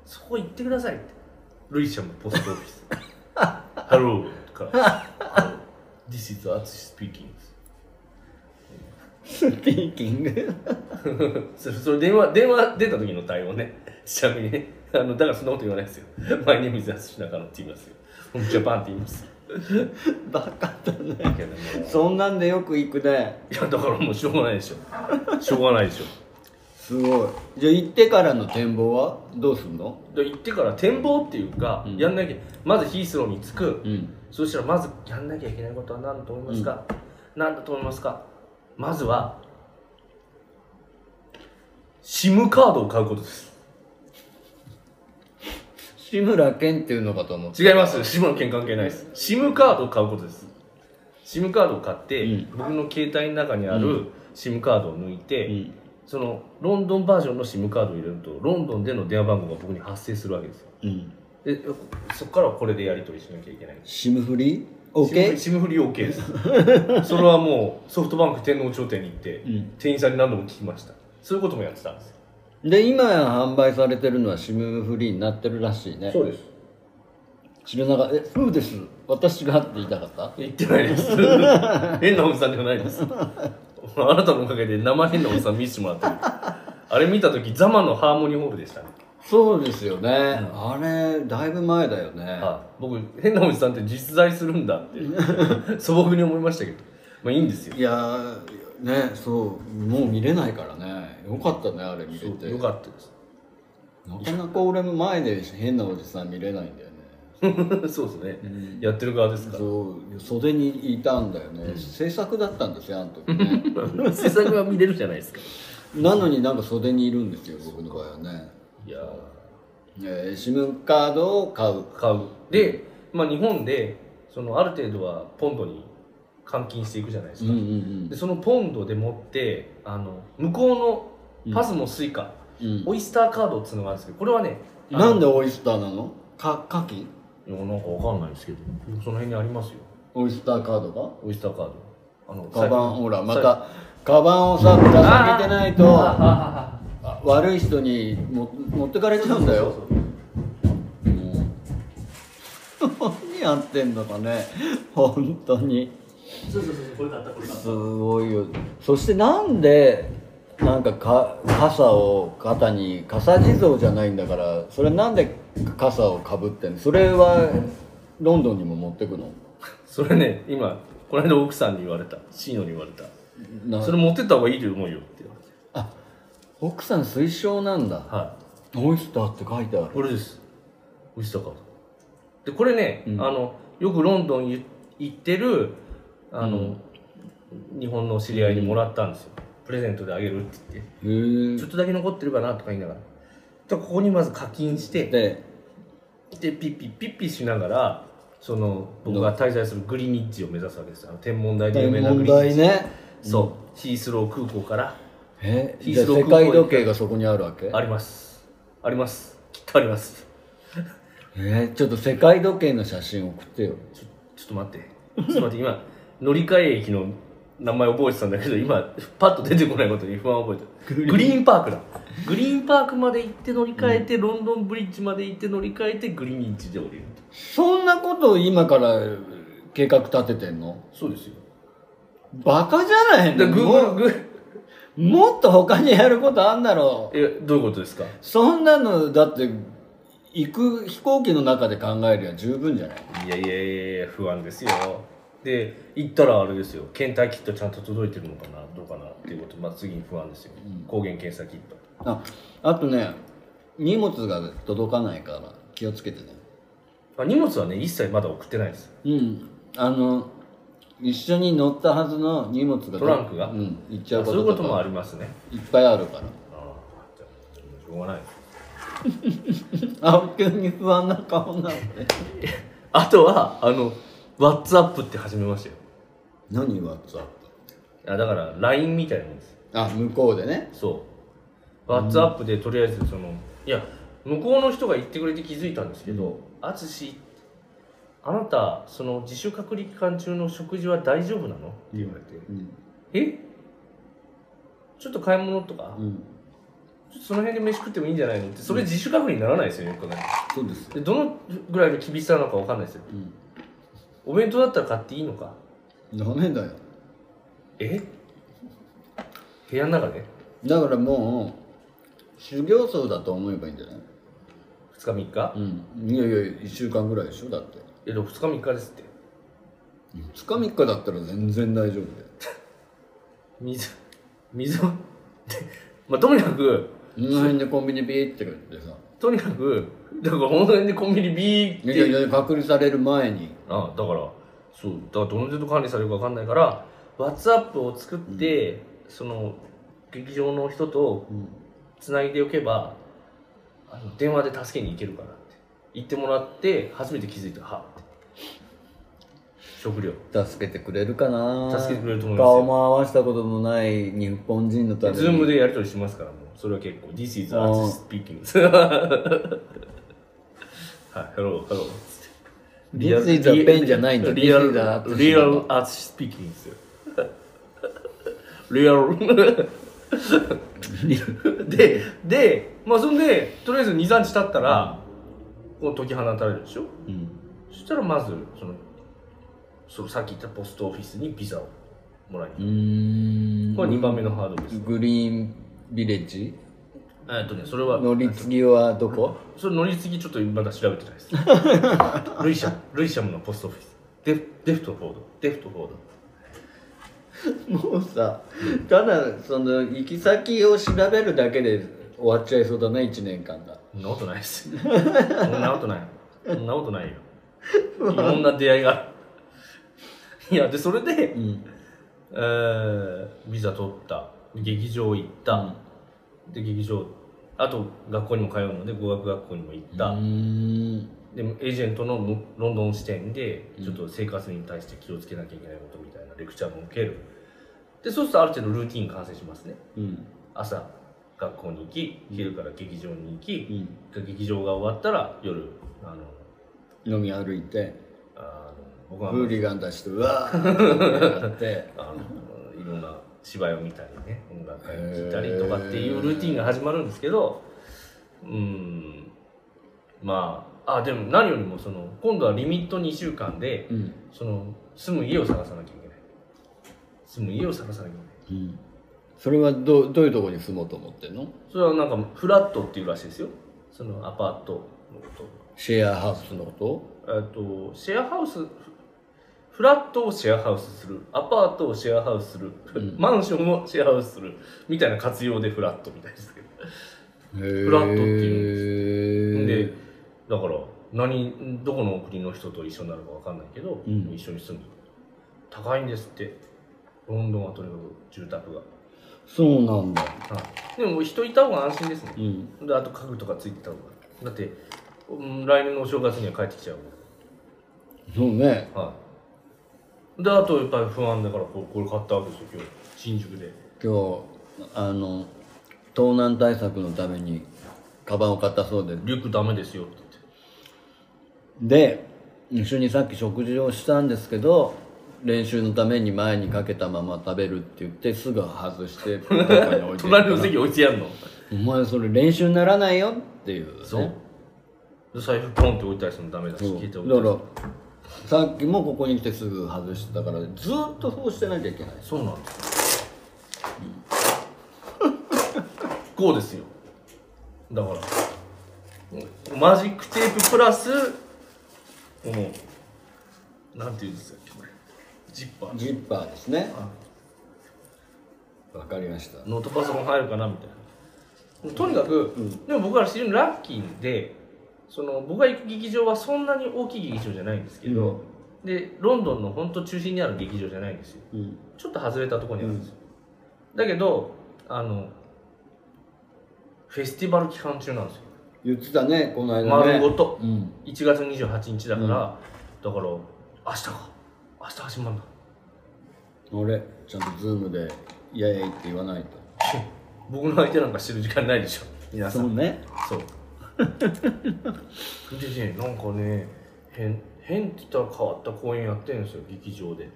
Speaker 2: そこ行ってください」ってルイシャムポストオフィス 「ハロー」とか「This is Atsushi speaking」
Speaker 1: スピーキング
Speaker 2: それそれ電話電話出た時の対応ねちなみにねあのだからそんなこと言わないですよ「マイネームイズアスシナカノ」って言いますよ「ジャパン」って言います
Speaker 1: バカだね
Speaker 2: だけども
Speaker 1: そんなんでよく行くね
Speaker 2: いやだからもうしょうがないでし ょしょうがないでしょ
Speaker 1: すごいじゃあ行ってからの展望はどうすんの
Speaker 2: で行ってから展望っていうか、
Speaker 1: うん
Speaker 2: やんなきゃまずヒースローに着く、
Speaker 1: うん
Speaker 2: そしたらまずやんなきゃいけないことは何だと思いますか、何だと思いますかまずは SIM カードを買うことです
Speaker 1: 志村けんっていうのかと思って
Speaker 2: 違います志村けん関係ないです SIM カードを買うことです SIM カードを買って、
Speaker 1: う
Speaker 2: 僕の携帯の中にあ
Speaker 1: う
Speaker 2: る SIM カードを抜いて、
Speaker 1: うん
Speaker 2: そのロンドンバージョンの SIM カードを入れるとロンドンでの電話番号が僕に発生するわけですよ
Speaker 1: うん
Speaker 2: でそこからはこれでやり取りしなきゃいけない
Speaker 1: シムフリー OK？
Speaker 2: シムフリー OK です それはもうソフトバンク天皇頂点に行って、
Speaker 1: うん
Speaker 2: 店員さんに何度も聞きましたそういうこともやってたんですよ
Speaker 1: で今販売されてるのはシムフリーになってるらしいね
Speaker 2: そうです
Speaker 1: 知らなかったえそうです私がって言いたかった
Speaker 2: 言ってないです 変なおじさんではないですあなたのおかげで生変なおじさん見せてもらってるあれ見た時ザマのハーモニーホールでしたね、
Speaker 1: そうですよね、あれだいぶ前だよね、
Speaker 2: はい僕変なおじさんって実在するんだって 素朴に思いましたけどまあいいんですよ
Speaker 1: い、やーねそうもう見れないからねよかったねあれ見れ
Speaker 2: そう
Speaker 1: て
Speaker 2: よかったです
Speaker 1: なかなか俺も前で変なおじさん見れないんだよね、
Speaker 2: そうです ね、やってる側ですから
Speaker 1: そう袖にいたんだよね、制作だったんですよあの時ね
Speaker 2: 制作は見れるじゃないですか
Speaker 1: なのになんか袖にいるんですよ僕の場合はね
Speaker 2: いやー
Speaker 1: えー、シムカードを買う
Speaker 2: 買うで、まあ、日本でそのある程度はポンドに換金していくじゃないです
Speaker 1: うん
Speaker 2: か、
Speaker 1: うん
Speaker 2: でそのポンドでもってあの向こうのパスもスイカ、
Speaker 1: うん、うん、
Speaker 2: オイスターカードっていうのがあるんですけどこれはねあの
Speaker 1: なんでオイスターなのかカキ
Speaker 2: いやなんかわかんないですけどその辺にありますよ
Speaker 1: オイスターカードが
Speaker 2: オイスターカードあの
Speaker 1: カバン
Speaker 2: さ
Speaker 1: ほらま
Speaker 2: さ
Speaker 1: たカバンをさぶら下げてないと
Speaker 2: ああああ
Speaker 1: あ悪い人にも持ってかれちゃうんだよもう 何やってんのかね本当に
Speaker 3: そうそうそうそうこれ買ったこれ買っ
Speaker 1: すごいよそしてなんでなんかか傘を肩に傘地蔵じゃないんだからそれなんで傘をかぶってんのそれはロンドンにも持ってくの
Speaker 2: それね今この間奥さんに言われたシーノに言われた
Speaker 1: な
Speaker 2: それ持ってった方がいいと思うよって言われて
Speaker 1: あ奥さん推奨なんだ
Speaker 2: は
Speaker 1: オイスターって書いてあ
Speaker 2: い
Speaker 1: る
Speaker 2: これですウイスターカードでこれね、
Speaker 1: うん
Speaker 2: あのよくロンドンゆ行ってるあの、日本の知り合いにもらったんですよ、プレゼントであげるって言って、ち
Speaker 1: へ
Speaker 2: ょっとだけ残ってるかなとか言いながらでここにまず課金して
Speaker 1: えで
Speaker 2: でピッピッピッピしながらその僕が滞在するグリニッジを目指すわけですよあの天文台で有名な
Speaker 1: 問
Speaker 2: グリニッ
Speaker 1: 題
Speaker 2: ジ、
Speaker 1: ね
Speaker 2: そうヒースロー空港から
Speaker 1: え
Speaker 2: ヒー
Speaker 1: じゃあ
Speaker 2: スロー
Speaker 1: 世界時計がそこにあるわけ
Speaker 2: ありますありますきっとあります
Speaker 1: えーちょっと世界時計の写真送ってよ
Speaker 2: ちょちょっと待ってちょっと待って今乗り換え駅の名前覚えてたんだけど今パッと出てこないことに不安を覚えてるグリーンパークだグリーンパークまで行って乗り換えて、ロンドンブリッジまで行って乗り換えてグリーンッジで降りる
Speaker 1: そんなことを今から計画立ててんの
Speaker 2: そうですよ
Speaker 1: バカじゃない
Speaker 2: で
Speaker 1: の
Speaker 2: グ
Speaker 1: も
Speaker 2: ーグー
Speaker 1: うもっと他にやることあんだろう
Speaker 2: えどういうことですか
Speaker 1: そんなのだって行く飛行機の中で考えりゃ十分じゃない
Speaker 2: いやいやいやいや不安ですよで行ったらあれですよ検体キットちゃんと届いてるのかなどうかなっていうことまあ次に不安ですよ、抗原検査キット
Speaker 1: ああとね荷物が届かないから気をつけてね
Speaker 2: あ荷物はね一切まだ送ってないです
Speaker 1: うんあの一緒に乗ったはずの荷物が
Speaker 2: トランクが
Speaker 1: うん行っちゃ
Speaker 2: そう
Speaker 1: うこ
Speaker 2: いう
Speaker 1: と
Speaker 2: ことと
Speaker 1: か
Speaker 2: もありますね
Speaker 1: いっぱいあるから
Speaker 2: ああじゃあしょうがない
Speaker 1: あ急に不安な顔になって
Speaker 2: あとはあの WhatsApp って始めましたよ
Speaker 1: 何 WhatsApp
Speaker 2: あだから LINE みたいなもんです
Speaker 1: あ向こうでね
Speaker 2: そう。WhatsApp でとりあえずその、いや、向こうの人が言ってくれて気づいたんですけど、淳、あなた、その自主隔離期間中の食事は大丈夫なのって言われて、
Speaker 1: うん
Speaker 2: えちょっと買い物とか、
Speaker 1: うん
Speaker 2: ちょっとその辺で飯食ってもいいんじゃないのって、それ自主隔離にならないですよ、よく考えたら
Speaker 1: そうですよ
Speaker 2: でどのぐらいの厳しさなのかわかんないですよ。
Speaker 1: うん
Speaker 2: お弁当だったら買っていいのか
Speaker 1: ダメだよ
Speaker 2: え部屋の中で
Speaker 1: だからもう修行僧だと思えばいいんじゃない
Speaker 2: 2日3日
Speaker 1: うんいやいや1週間ぐらいでしょだって
Speaker 2: いやでも2日3日ですって
Speaker 1: 2日3日だったら全然大丈夫だよ
Speaker 2: 水水をでまあとにかく
Speaker 1: この辺でコンビニビーって言ってさ
Speaker 2: とにかくだからこの辺でコンビニビーっ
Speaker 1: いや
Speaker 2: て
Speaker 1: いや隔離される前に
Speaker 2: あだからそうだからどの程度管理されるか分かんないから WhatsApp を作って、その劇場の人と
Speaker 1: うん
Speaker 2: つないでおけばあの電話で助けに行けるからって言ってもらって初めて気づいたはって食料
Speaker 1: 助けてくれるかな
Speaker 2: 助けてくれると思いますよ
Speaker 1: 顔も合わせたこともない日本人のために
Speaker 2: ズー ムでやり取りしますからもうそれは結構 This is
Speaker 1: あ
Speaker 2: us
Speaker 1: ー
Speaker 2: speaking はい Hello Hello リアル
Speaker 4: This is a pen じゃないんだ
Speaker 2: リアル
Speaker 4: This is a artist
Speaker 2: リアルアーツスピーキングですよリアル ででまあそんでとりあえず23日経ったら、こう解き放たれるでしょ
Speaker 1: うん
Speaker 2: そしたらまずそのそのさっき言ったポストオフィスにビザをもらいに
Speaker 4: うーん
Speaker 2: これ2番目のハードルです、
Speaker 1: グリーンビレッジ
Speaker 2: えっとねそれは
Speaker 1: 乗り継ぎはどこ
Speaker 2: それ乗り継ぎちょっとまだ調べてないですルイシャムルイシャムのポストオフィスデフデフトフォードデフトフォード
Speaker 1: もうさただその行き先を調べるだけで終わっちゃいそうだな1年間が
Speaker 2: そんなことないです。そんなことない。そんなことないよ。いろんな出会いがある。いや、で、それで、
Speaker 1: うん
Speaker 2: えービザ取った。劇場行った。で、劇場、あと学校にも通うので、語学学校にも行った。
Speaker 1: うん
Speaker 2: で、エージェントのロロンドン支店で、ちょっと生活に対して気をつけなきゃいけないことみたいなレクチャーも受ける。で、そうするとある程度ルーティン完成しますね。
Speaker 1: うん
Speaker 2: 朝、学校に行き、昼から劇場に行き、
Speaker 1: うん
Speaker 2: 劇場が終わったら夜あの
Speaker 1: 飲み歩いて
Speaker 2: あの僕
Speaker 1: ブー
Speaker 2: は
Speaker 1: リガン出してうわーってや って
Speaker 2: あのいろんな芝居を見たりね音楽会を聴いたりとかっていうルーティンが始まるんですけどうんまああでも何よりもその今度はリミット2週間で
Speaker 1: うん
Speaker 2: その住む家を探さなきゃいけない住む家を探さなきゃいけない
Speaker 1: うんそれはどうどういうところに住もうと思ってんの
Speaker 2: それはなんかフラットっていうらしいですよそのアパートのこと
Speaker 1: シェアハウスのこ
Speaker 2: えっとシェアハウスフフラットをシェアハウスするアパートをシェアハウスする、
Speaker 1: ん
Speaker 2: マンションをシェアハウスするみたいな活用でフラットみたいですけど、
Speaker 1: とフ
Speaker 2: フラットって
Speaker 1: い
Speaker 2: でだから何どこの国の人と一緒になるかわかんないけど、
Speaker 1: うん
Speaker 2: 一緒に住む高いんですってロンドンはとにかく住宅が、
Speaker 1: そうなんだ
Speaker 2: はいでも人いた方が安心ですね
Speaker 1: うん
Speaker 2: であと家具とかついてた方がだって、うん来年のお正月には帰ってきちゃうもん
Speaker 1: そうね
Speaker 2: はい。で、あとやっぱり不安だから、これこれ買ったわけですよ、今日。新宿で。
Speaker 1: 今日あの盗難対策のためにカバンを買ったそうで
Speaker 2: リュックダメですよって言って。
Speaker 1: で一緒にさっき食事をしたんですけど練習のために前にかけたまま食べるって言ってすぐ外 してどっかに置いて
Speaker 2: 隣の席置いてやんの。
Speaker 1: お前それ練習にならないよっていう、ね、
Speaker 2: そう。で財布ポンって置いたりするのダメだし、
Speaker 1: そう
Speaker 2: 消えて置いた
Speaker 1: だ
Speaker 2: りす
Speaker 1: か
Speaker 2: る
Speaker 1: らさっきもここに来てすぐ外してたからずーっとそうしてなきゃいけない
Speaker 2: そうなんですよ。こうですよ。だから、マジックテーププラス、この、なんていうんですか、これ。ジッパー。
Speaker 1: ジッパーですね
Speaker 2: あ
Speaker 1: わかりました
Speaker 2: ノートパソコン入るかなみたいなとにかく、でも僕は非常にラッキーでその僕が行く劇場はそんなに大きい劇場じゃないんですけど、でロンドンの本当中心にある劇場じゃないんですよ
Speaker 1: うん
Speaker 2: ちょっと外れたところにあるんですよ、だけどあのフェスティバル期間中なんですよ
Speaker 1: 言ってたねこの間ね
Speaker 2: 丸ごと
Speaker 1: うん
Speaker 2: 1月28日だから、だから明日か明日始まるんだ
Speaker 1: 俺ちゃんとズームで「イエーイ!」って言わないと
Speaker 2: 僕の相手なんかしてる時間ないでしょ皆さん
Speaker 1: うね
Speaker 2: そう。 でね、なんかね、変、変って言ったら変わった公演やってるんですよ、劇場で。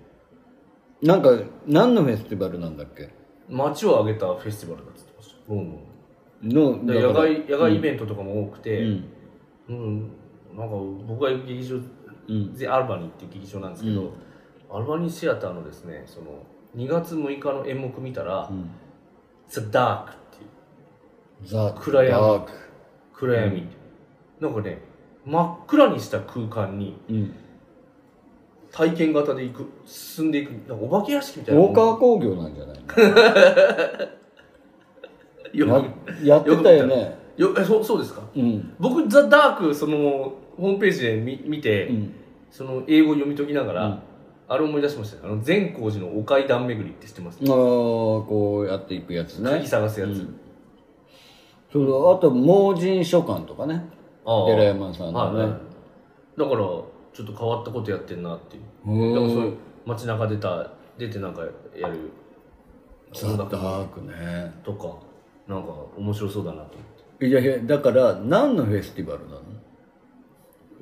Speaker 1: なんか何のフェスティバルなんだっけ
Speaker 2: 街を挙げたフェスティバルだって言ってました、ロンドン
Speaker 1: の
Speaker 2: で
Speaker 1: だから
Speaker 2: 野外、野外イベントとかも多くて、
Speaker 1: う
Speaker 2: うん、
Speaker 1: ん
Speaker 2: なんか僕が行く劇場、
Speaker 1: うん
Speaker 2: でアルバニーっていう劇場なんですけど、
Speaker 1: うん
Speaker 2: アルバニーシアターのですね、その、2月6日の演目見たら、
Speaker 1: うん
Speaker 2: ザ・ダークっていう、
Speaker 1: ザ・
Speaker 2: 暗闇
Speaker 1: ダーク
Speaker 2: 暗闇って、なんかね、真っ暗にした空間に、
Speaker 1: うん
Speaker 2: 体験型で行く進んでいくなんかお化け屋敷みたいな
Speaker 1: 大川工業なんじゃない
Speaker 2: よ
Speaker 1: のややってたよね
Speaker 2: よえそうそうですか
Speaker 1: うん
Speaker 2: 僕「ザ・ダークそのホームページで見見て、
Speaker 1: うん
Speaker 2: その英語を読み解きながら、
Speaker 1: うん
Speaker 2: あれを思い出しましたよあの善光寺のお階段巡りって知ってます、
Speaker 1: ああこうやっていくやつね
Speaker 2: 鍵探すやつ、
Speaker 1: うんそうだあと盲人書館とかね
Speaker 2: ああ
Speaker 1: 寺山さんの
Speaker 2: はい
Speaker 1: ね、
Speaker 2: はいだからちょっと変わったことやってんなっていう
Speaker 1: う
Speaker 2: だからそうい
Speaker 1: ー
Speaker 2: うん街中出た出てなんかやる
Speaker 1: ザ・
Speaker 2: 音
Speaker 1: ダ
Speaker 2: 楽
Speaker 1: ークね
Speaker 2: とかなんか面白そうだなと思って
Speaker 1: いやいやだから何のフェスティバルなの
Speaker 2: や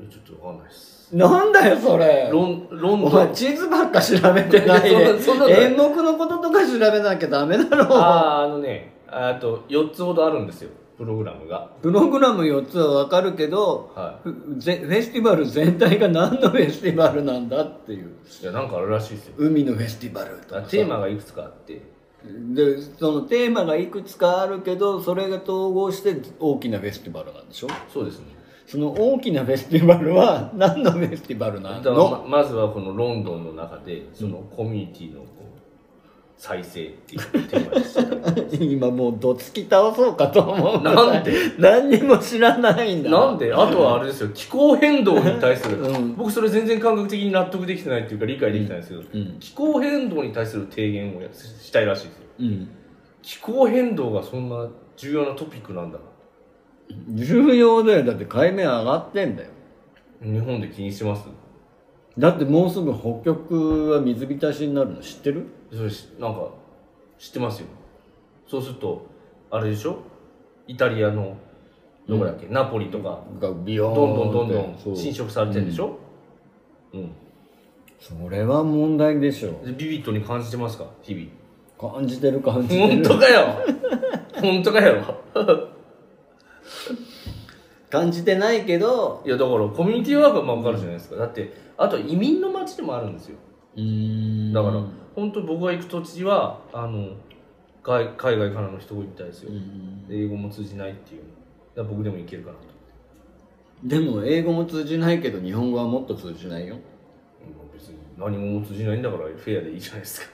Speaker 2: ちょっとわかんないです
Speaker 1: なんだよそれ
Speaker 2: ロンロンド
Speaker 1: お
Speaker 2: ン
Speaker 1: 前地図ばっか調べてないで
Speaker 2: いやそん なそんなことない
Speaker 1: 演目のこととか調べなきゃダメだろ
Speaker 2: あーあのねあと4つほどあるんですよプログラムが
Speaker 1: プログラム4つはわかるけど
Speaker 2: は
Speaker 1: ふぜフェスティバル全体が何のフェスティバルなんだっていう
Speaker 2: いいやなんかあるらしいですよ
Speaker 1: 海のフェスティバルとかさ
Speaker 2: テーマがいくつかあって
Speaker 1: でそのテーマがいくつかあるけどそれが統合して大きなフェスティバルなんでしょ
Speaker 2: そうですね
Speaker 1: その大きなフェスティバルは 何のフェスティバルな
Speaker 2: だから
Speaker 1: の
Speaker 2: ままずはこのロンドンの中でそのコミュニティのこう再生っていうテーマにしてたり
Speaker 1: 今もうどつき倒そうかと思うぐらい
Speaker 2: なんで
Speaker 1: 何にも知らないんだ
Speaker 2: なんであとはあれですよ気候変動に対する、
Speaker 1: うん
Speaker 2: 僕それ全然感覚的に納得できてないっていうか理解できてないんですけど、
Speaker 1: うん
Speaker 2: 気候変動に対する提言をやしたいらしいですよ
Speaker 1: うん
Speaker 2: 気候変動がそんな重要なトピックなんだな
Speaker 1: 重要だよだって海面上がってんだよ
Speaker 2: 日本で気にしてます
Speaker 1: だってもうすぐ北極は水浸しになるの知ってる
Speaker 2: それしなんか知ってますよそうするとあれでしょイタリアのどこだっけ、ナポリとか
Speaker 1: がビヨー
Speaker 2: ど
Speaker 1: ン
Speaker 2: んどんどんど
Speaker 1: そ
Speaker 2: ん
Speaker 1: う
Speaker 2: 侵食されてるでしょ、うん
Speaker 1: それは問題でしょ
Speaker 2: でビビットに感じてますか日々
Speaker 1: 感じてる感じてる
Speaker 2: 本当かよ本当かよ
Speaker 1: 感じてないけど
Speaker 2: いやだからコミュニティワークは分かるじゃないですかだってあと移民の街でもあるんですよ
Speaker 1: うん
Speaker 2: だから、本当僕が行く土地はあの外海外からの人がいたいですよ、英語も通じないっていうだから僕でも行けるかなと
Speaker 1: でも英語も通じないけど日本語はもっと通じないよ
Speaker 2: うん別に何も通じないんだからフェアでいいじゃないですか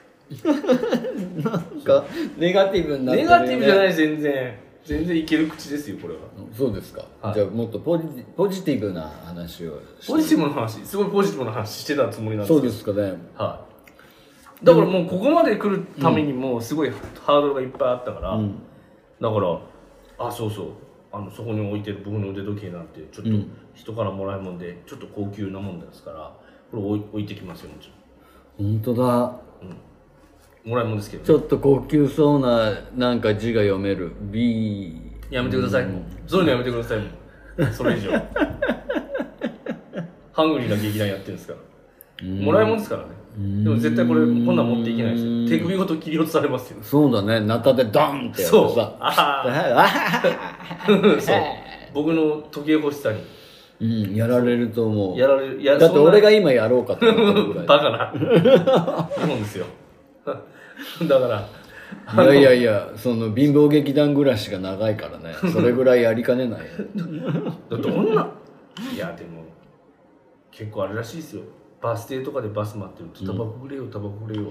Speaker 1: なんかネガティブになって
Speaker 2: ネ
Speaker 1: る、
Speaker 2: ガティブじゃないい全然全然いける口ですよこれは
Speaker 1: そうですか、
Speaker 2: はい
Speaker 1: じゃあもっとポジポジティブな話を
Speaker 2: ポジティ
Speaker 1: ブ
Speaker 2: ブな話すごいポジティブな話してたつもりなんですけ
Speaker 1: そ
Speaker 2: ど
Speaker 1: うですかね
Speaker 2: はいだからもうここまで来るためにもすごいハードルがいっぱいあったから、
Speaker 1: うん
Speaker 2: だからあそうそうあのそこに置いてる僕の腕時計なんてちょっと
Speaker 1: うん
Speaker 2: 人からもらいもんでちょっと高級なもんですからこれ置い置いてきますよもち
Speaker 1: 本当だ
Speaker 2: ろんもらいもんですけどね、
Speaker 1: ちょっと高級そうななんか字が読める B
Speaker 2: やめてください、もうそういうのやめてくださいもうそれ 以上ハングリーな劇団やってるんですからもらいもんですからねでも絶対これこんなん持っていけないですよ手首ごと切り落とされますよ
Speaker 1: そうだねナタでドンってやって
Speaker 2: そう
Speaker 1: さ
Speaker 2: あー
Speaker 1: あ
Speaker 2: そう僕の時計欲しさに
Speaker 1: うんやられると思う
Speaker 2: やられるいや
Speaker 1: だって
Speaker 2: そんな
Speaker 1: 俺が今やろうかと思ってるぐ らい
Speaker 2: バカなそうですよ だからあの
Speaker 1: いやいやいやその貧乏劇団暮らしが長いから ねそれぐらいやりかねないよ
Speaker 2: どんないやでも結構あれらしいですよバス停とかでバス待ってると「タバコくれよタバコくれよ」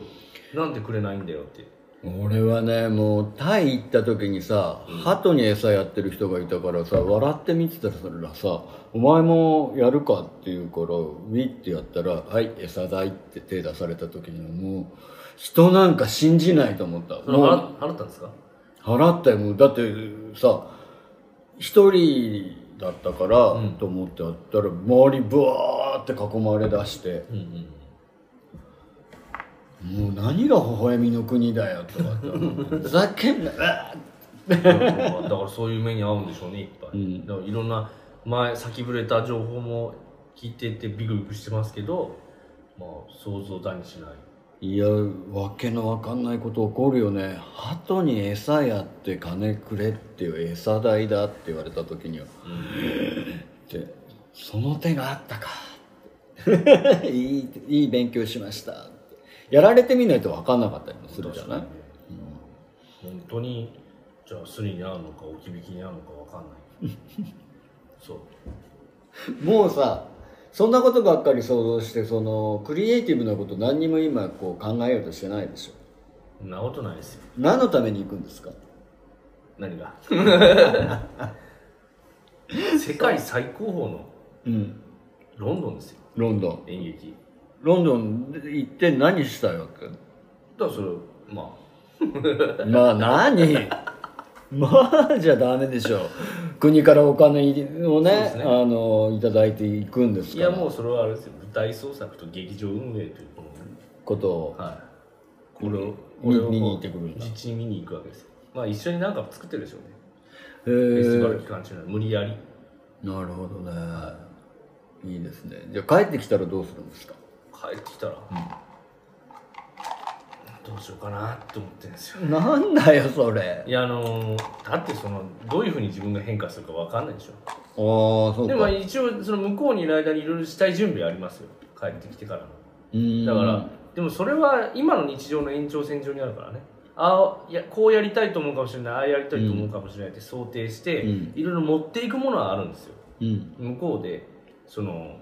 Speaker 2: なんでくれないんだよって
Speaker 1: 俺はねもうタイ行った時にさ鳩に餌やってる人がいたからさ笑って見てたらさ「お前もやるか?」って言うからウィってやったら「はい餌代」って手出された時にはもう人なんか信じないと思った
Speaker 2: それ
Speaker 1: もう
Speaker 2: 払払ったんですか
Speaker 1: 払ったよもうだってさ一人だったから、
Speaker 2: ん
Speaker 1: と思ってやったら周りブワーって囲まれだして
Speaker 2: うんうん
Speaker 1: もう何が微笑みの国だよとかって思ってふざけんなうわ
Speaker 2: だからそういう目に遭うんでしょうねいっぱい、
Speaker 1: うん
Speaker 2: だからいろんな前先ぶれた情報も聞いててビクビクしてますけどまあ想像だにしない
Speaker 1: ーいやわけのわかんないこと起こるよね鳩に餌やって金くれっていう餌代だって言われた時には、ってその手があったか いいいい勉強しましたってやられてみないとわかんなかったりもするじゃない
Speaker 2: 本当にじゃあスリに合うのか置き引きに合うのかわか んないそう
Speaker 1: もうさそんなことばっかり想像してそのクリエイティブなこと何にも今こう考えようとしてないでしょ
Speaker 2: そんなことないですよ
Speaker 1: 何のために行くんですか
Speaker 2: 何が 世界最高峰の
Speaker 1: うん
Speaker 2: ロンドンですよ
Speaker 1: ロンドン
Speaker 2: 演劇
Speaker 1: ロンドン行って何したよっ
Speaker 2: だからそれま
Speaker 1: てまあ何 まあじゃダメでしょ国からお金をね
Speaker 2: そうですね
Speaker 1: あのいただいていくんで
Speaker 2: あ
Speaker 1: す
Speaker 2: い
Speaker 1: から
Speaker 2: やもうそれはあれですよ舞台創作と劇場運営というこ
Speaker 1: ことを
Speaker 2: のはいこれを
Speaker 1: 見
Speaker 2: これを
Speaker 1: 見に行ってくるんだ
Speaker 2: 実地に見に行くわけですよまあ一緒に何か作ってるでしょうね
Speaker 1: へえ
Speaker 2: フェスティバル期間中なら無理やり
Speaker 1: なるほどねいいですねじゃあ帰ってきたらどうするんですか
Speaker 2: 帰ってきたら、どうしようかなって思ってるんですよ
Speaker 1: なんだよそれ
Speaker 2: いやあのーだってそのどういうふうに自分が変化するか分かんないでしょ
Speaker 1: ああそう
Speaker 2: でも
Speaker 1: か
Speaker 2: 一応その向こうにいる間にいろいろしたい準備はありますよ帰ってきてからの
Speaker 1: うん
Speaker 2: だから、でもそれは今の日常の延長線上にあるからねああいやこうやりたいと思うかもしれないああやりたいと思うかもしれないって想定して、
Speaker 1: うん
Speaker 2: いろいろ持っていくものはあるんですよ
Speaker 1: うん
Speaker 2: 向こうでその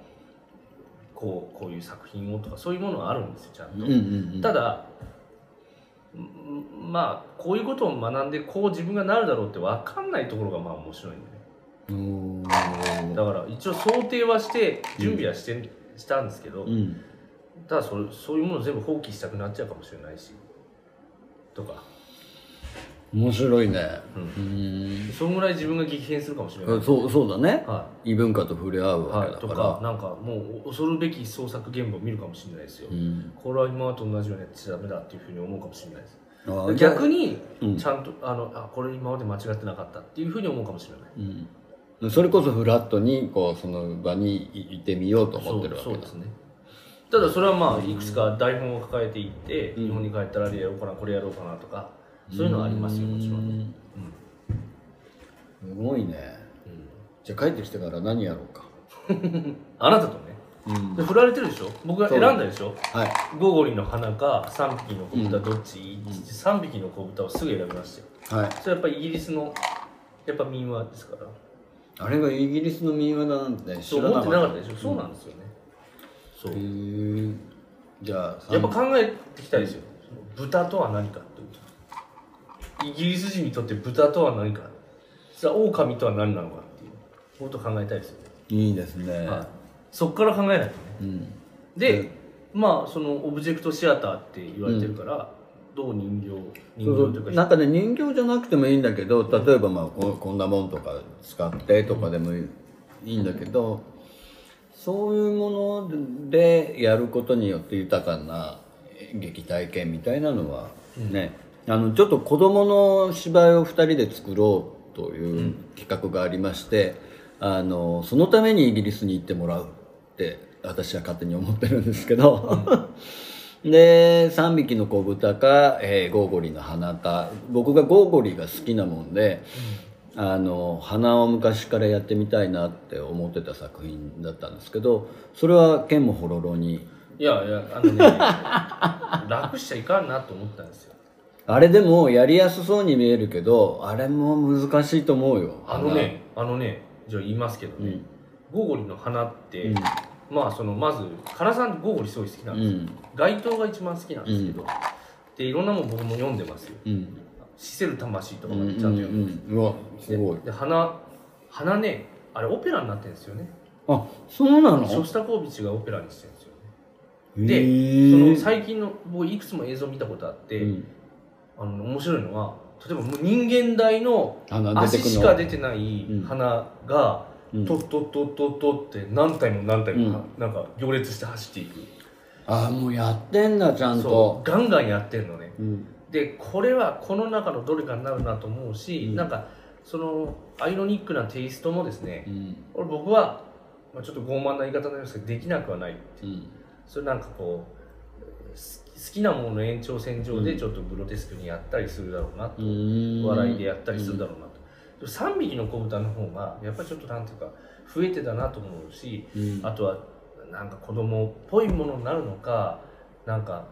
Speaker 2: こうこういう作品をとかそういうものはあるんですよちゃん
Speaker 1: うんう
Speaker 2: と、
Speaker 1: んうん
Speaker 2: ただんまあこういうことを学んでこう自分がなるだろうって分かんないところがまあ面白いんでね
Speaker 1: おー
Speaker 2: だから一応想定はして準備はして、したんですけど、
Speaker 1: うん
Speaker 2: ただそれそういうもの全部放棄したくなっちゃうかもしれないしとか、
Speaker 1: 面白いね
Speaker 2: う、
Speaker 1: うんん
Speaker 2: そんぐらい自分が激変するかもしれない、はい
Speaker 1: そうそうだね
Speaker 2: は
Speaker 1: 異文化と触れ合う
Speaker 2: い
Speaker 1: わけだか
Speaker 2: と
Speaker 1: ら、
Speaker 2: かなんかもう恐るべき創作現場を見るかもしれないですよ、
Speaker 1: うん、
Speaker 2: これは今までと同じようにやってちゃダメだっていうふうに思うかもしれないです
Speaker 1: あーじゃあ
Speaker 2: 逆に
Speaker 1: うん
Speaker 2: ちゃんと、あのあこれ今まで間違ってなかったっていうふうに思うかもしれない
Speaker 1: うん、それこそフラットにこうその場にいてみようと思ってるわけ
Speaker 2: そう
Speaker 1: だ
Speaker 2: そうですねただそれはまあいくつか台本を抱えていって、日本に帰ったらあれやろうかなこれやろうかなとかそういうのはありますよもちろん、うん
Speaker 1: んすごいねじゃあ帰ってきてから何やろうか
Speaker 2: あなたとね
Speaker 1: うん
Speaker 2: で振られてるでしょ僕が選んだでしょ
Speaker 1: はい
Speaker 2: ゴーゴリの花か3匹の子豚どっち、三3匹の子豚をすぐ選びましたよ
Speaker 1: はい
Speaker 2: それやっぱりイギリスのやっぱ民話ですから
Speaker 1: あれがイギリスの民話だなんて
Speaker 2: そ
Speaker 1: 知
Speaker 2: う
Speaker 1: ら
Speaker 2: 思
Speaker 1: な
Speaker 2: っ
Speaker 1: か
Speaker 2: て
Speaker 1: った
Speaker 2: なかったでしょ、そうなんですよねそう
Speaker 1: へーじゃあ
Speaker 2: やっぱ考えてきたいですよ、豚とは何かってことイギリス人にとって豚とは何かさあ狼とは何なのかっていうことを考えたいですよ、
Speaker 1: いいですね、
Speaker 2: はいそっから考えないとね
Speaker 1: うん
Speaker 2: で、まあそのオブジェクトシアターって言われてるから、どう人
Speaker 1: そ
Speaker 2: 形人
Speaker 1: う
Speaker 2: 形と
Speaker 1: そ
Speaker 2: いうう
Speaker 1: な
Speaker 2: か
Speaker 1: んかね人形じゃなくてもいいんだけど例えばまあここんなもんとか使ってとかでもいいいいんだけどそういうものでやることによって豊かな演劇体験みたいなのはね、あのちょっと子供の芝居を2人で作ろうという企画がありまして、あのそのためにイギリスに行ってもらうって私は勝手に思ってるんですけど。で3匹の子豚か、えーゴーゴリの花か僕がゴーゴリが好きなもんで、あの花を昔からやってみたいなって思ってた作品だったんですけどそれは剣もほろろに
Speaker 2: いやいやあのね 楽しちゃいかんなと思ったんですよ
Speaker 1: あれでもやりやすそうに見えるけどあれも難しいと思うよ
Speaker 2: あのねあのねじゃあ言いますけどね、ゴーゴリの花って、
Speaker 1: うん
Speaker 2: まあそのまず唐さんってゴーゴリすごい好きなん
Speaker 1: う
Speaker 2: ですよ、
Speaker 1: ん
Speaker 2: 街頭が一番好きなんですけど、
Speaker 1: う
Speaker 2: でいろんなもん僕も読んでますよ
Speaker 1: うん
Speaker 2: 「シセル魂」と
Speaker 1: う
Speaker 2: か
Speaker 1: ん
Speaker 2: ま
Speaker 1: う
Speaker 2: で
Speaker 1: ん
Speaker 2: ちゃんと読んで
Speaker 1: うんうわ
Speaker 2: ます、
Speaker 1: すごい
Speaker 2: で花花ねあれオペラになってるんですよね
Speaker 1: あそうなの
Speaker 2: ショスタコービッチがオペラにしてるんですよね
Speaker 1: へ
Speaker 2: で
Speaker 1: ー
Speaker 2: その最近の僕いくつも映像見たことあって、
Speaker 1: うん
Speaker 2: あの面白いのは例えばもう人間大の
Speaker 1: 花出て
Speaker 2: 足
Speaker 1: く
Speaker 2: し
Speaker 1: の
Speaker 2: か出てない
Speaker 1: うん
Speaker 2: 花が、
Speaker 1: うん
Speaker 2: トットットットットって何体も何体もは、
Speaker 1: う
Speaker 2: なんか行列して走っていく
Speaker 1: あもうやってんだちゃん
Speaker 2: そ
Speaker 1: と
Speaker 2: うガンガンやってんのね
Speaker 1: うん
Speaker 2: でこれはこの中のどれかになるなと思うし、
Speaker 1: うん
Speaker 2: なんかそのアイロニックなテイストもですね、
Speaker 1: うん
Speaker 2: これ僕は、まあ、ちょっと傲慢な言い方になりますけどできなくはないっ
Speaker 1: う
Speaker 2: ていうんそれなんかこうす好きなものの延長線上
Speaker 1: う
Speaker 2: で
Speaker 1: ん
Speaker 2: ちょっとグロテスクにやったりするだろうなと、笑
Speaker 1: 笑
Speaker 2: いでやったりするだろうなと。でも3匹の子豚の方がやっぱりちょっとなんていうか増えてたなと思うし、
Speaker 1: うん
Speaker 2: あとはなんか子供っぽいものになるのかなんか、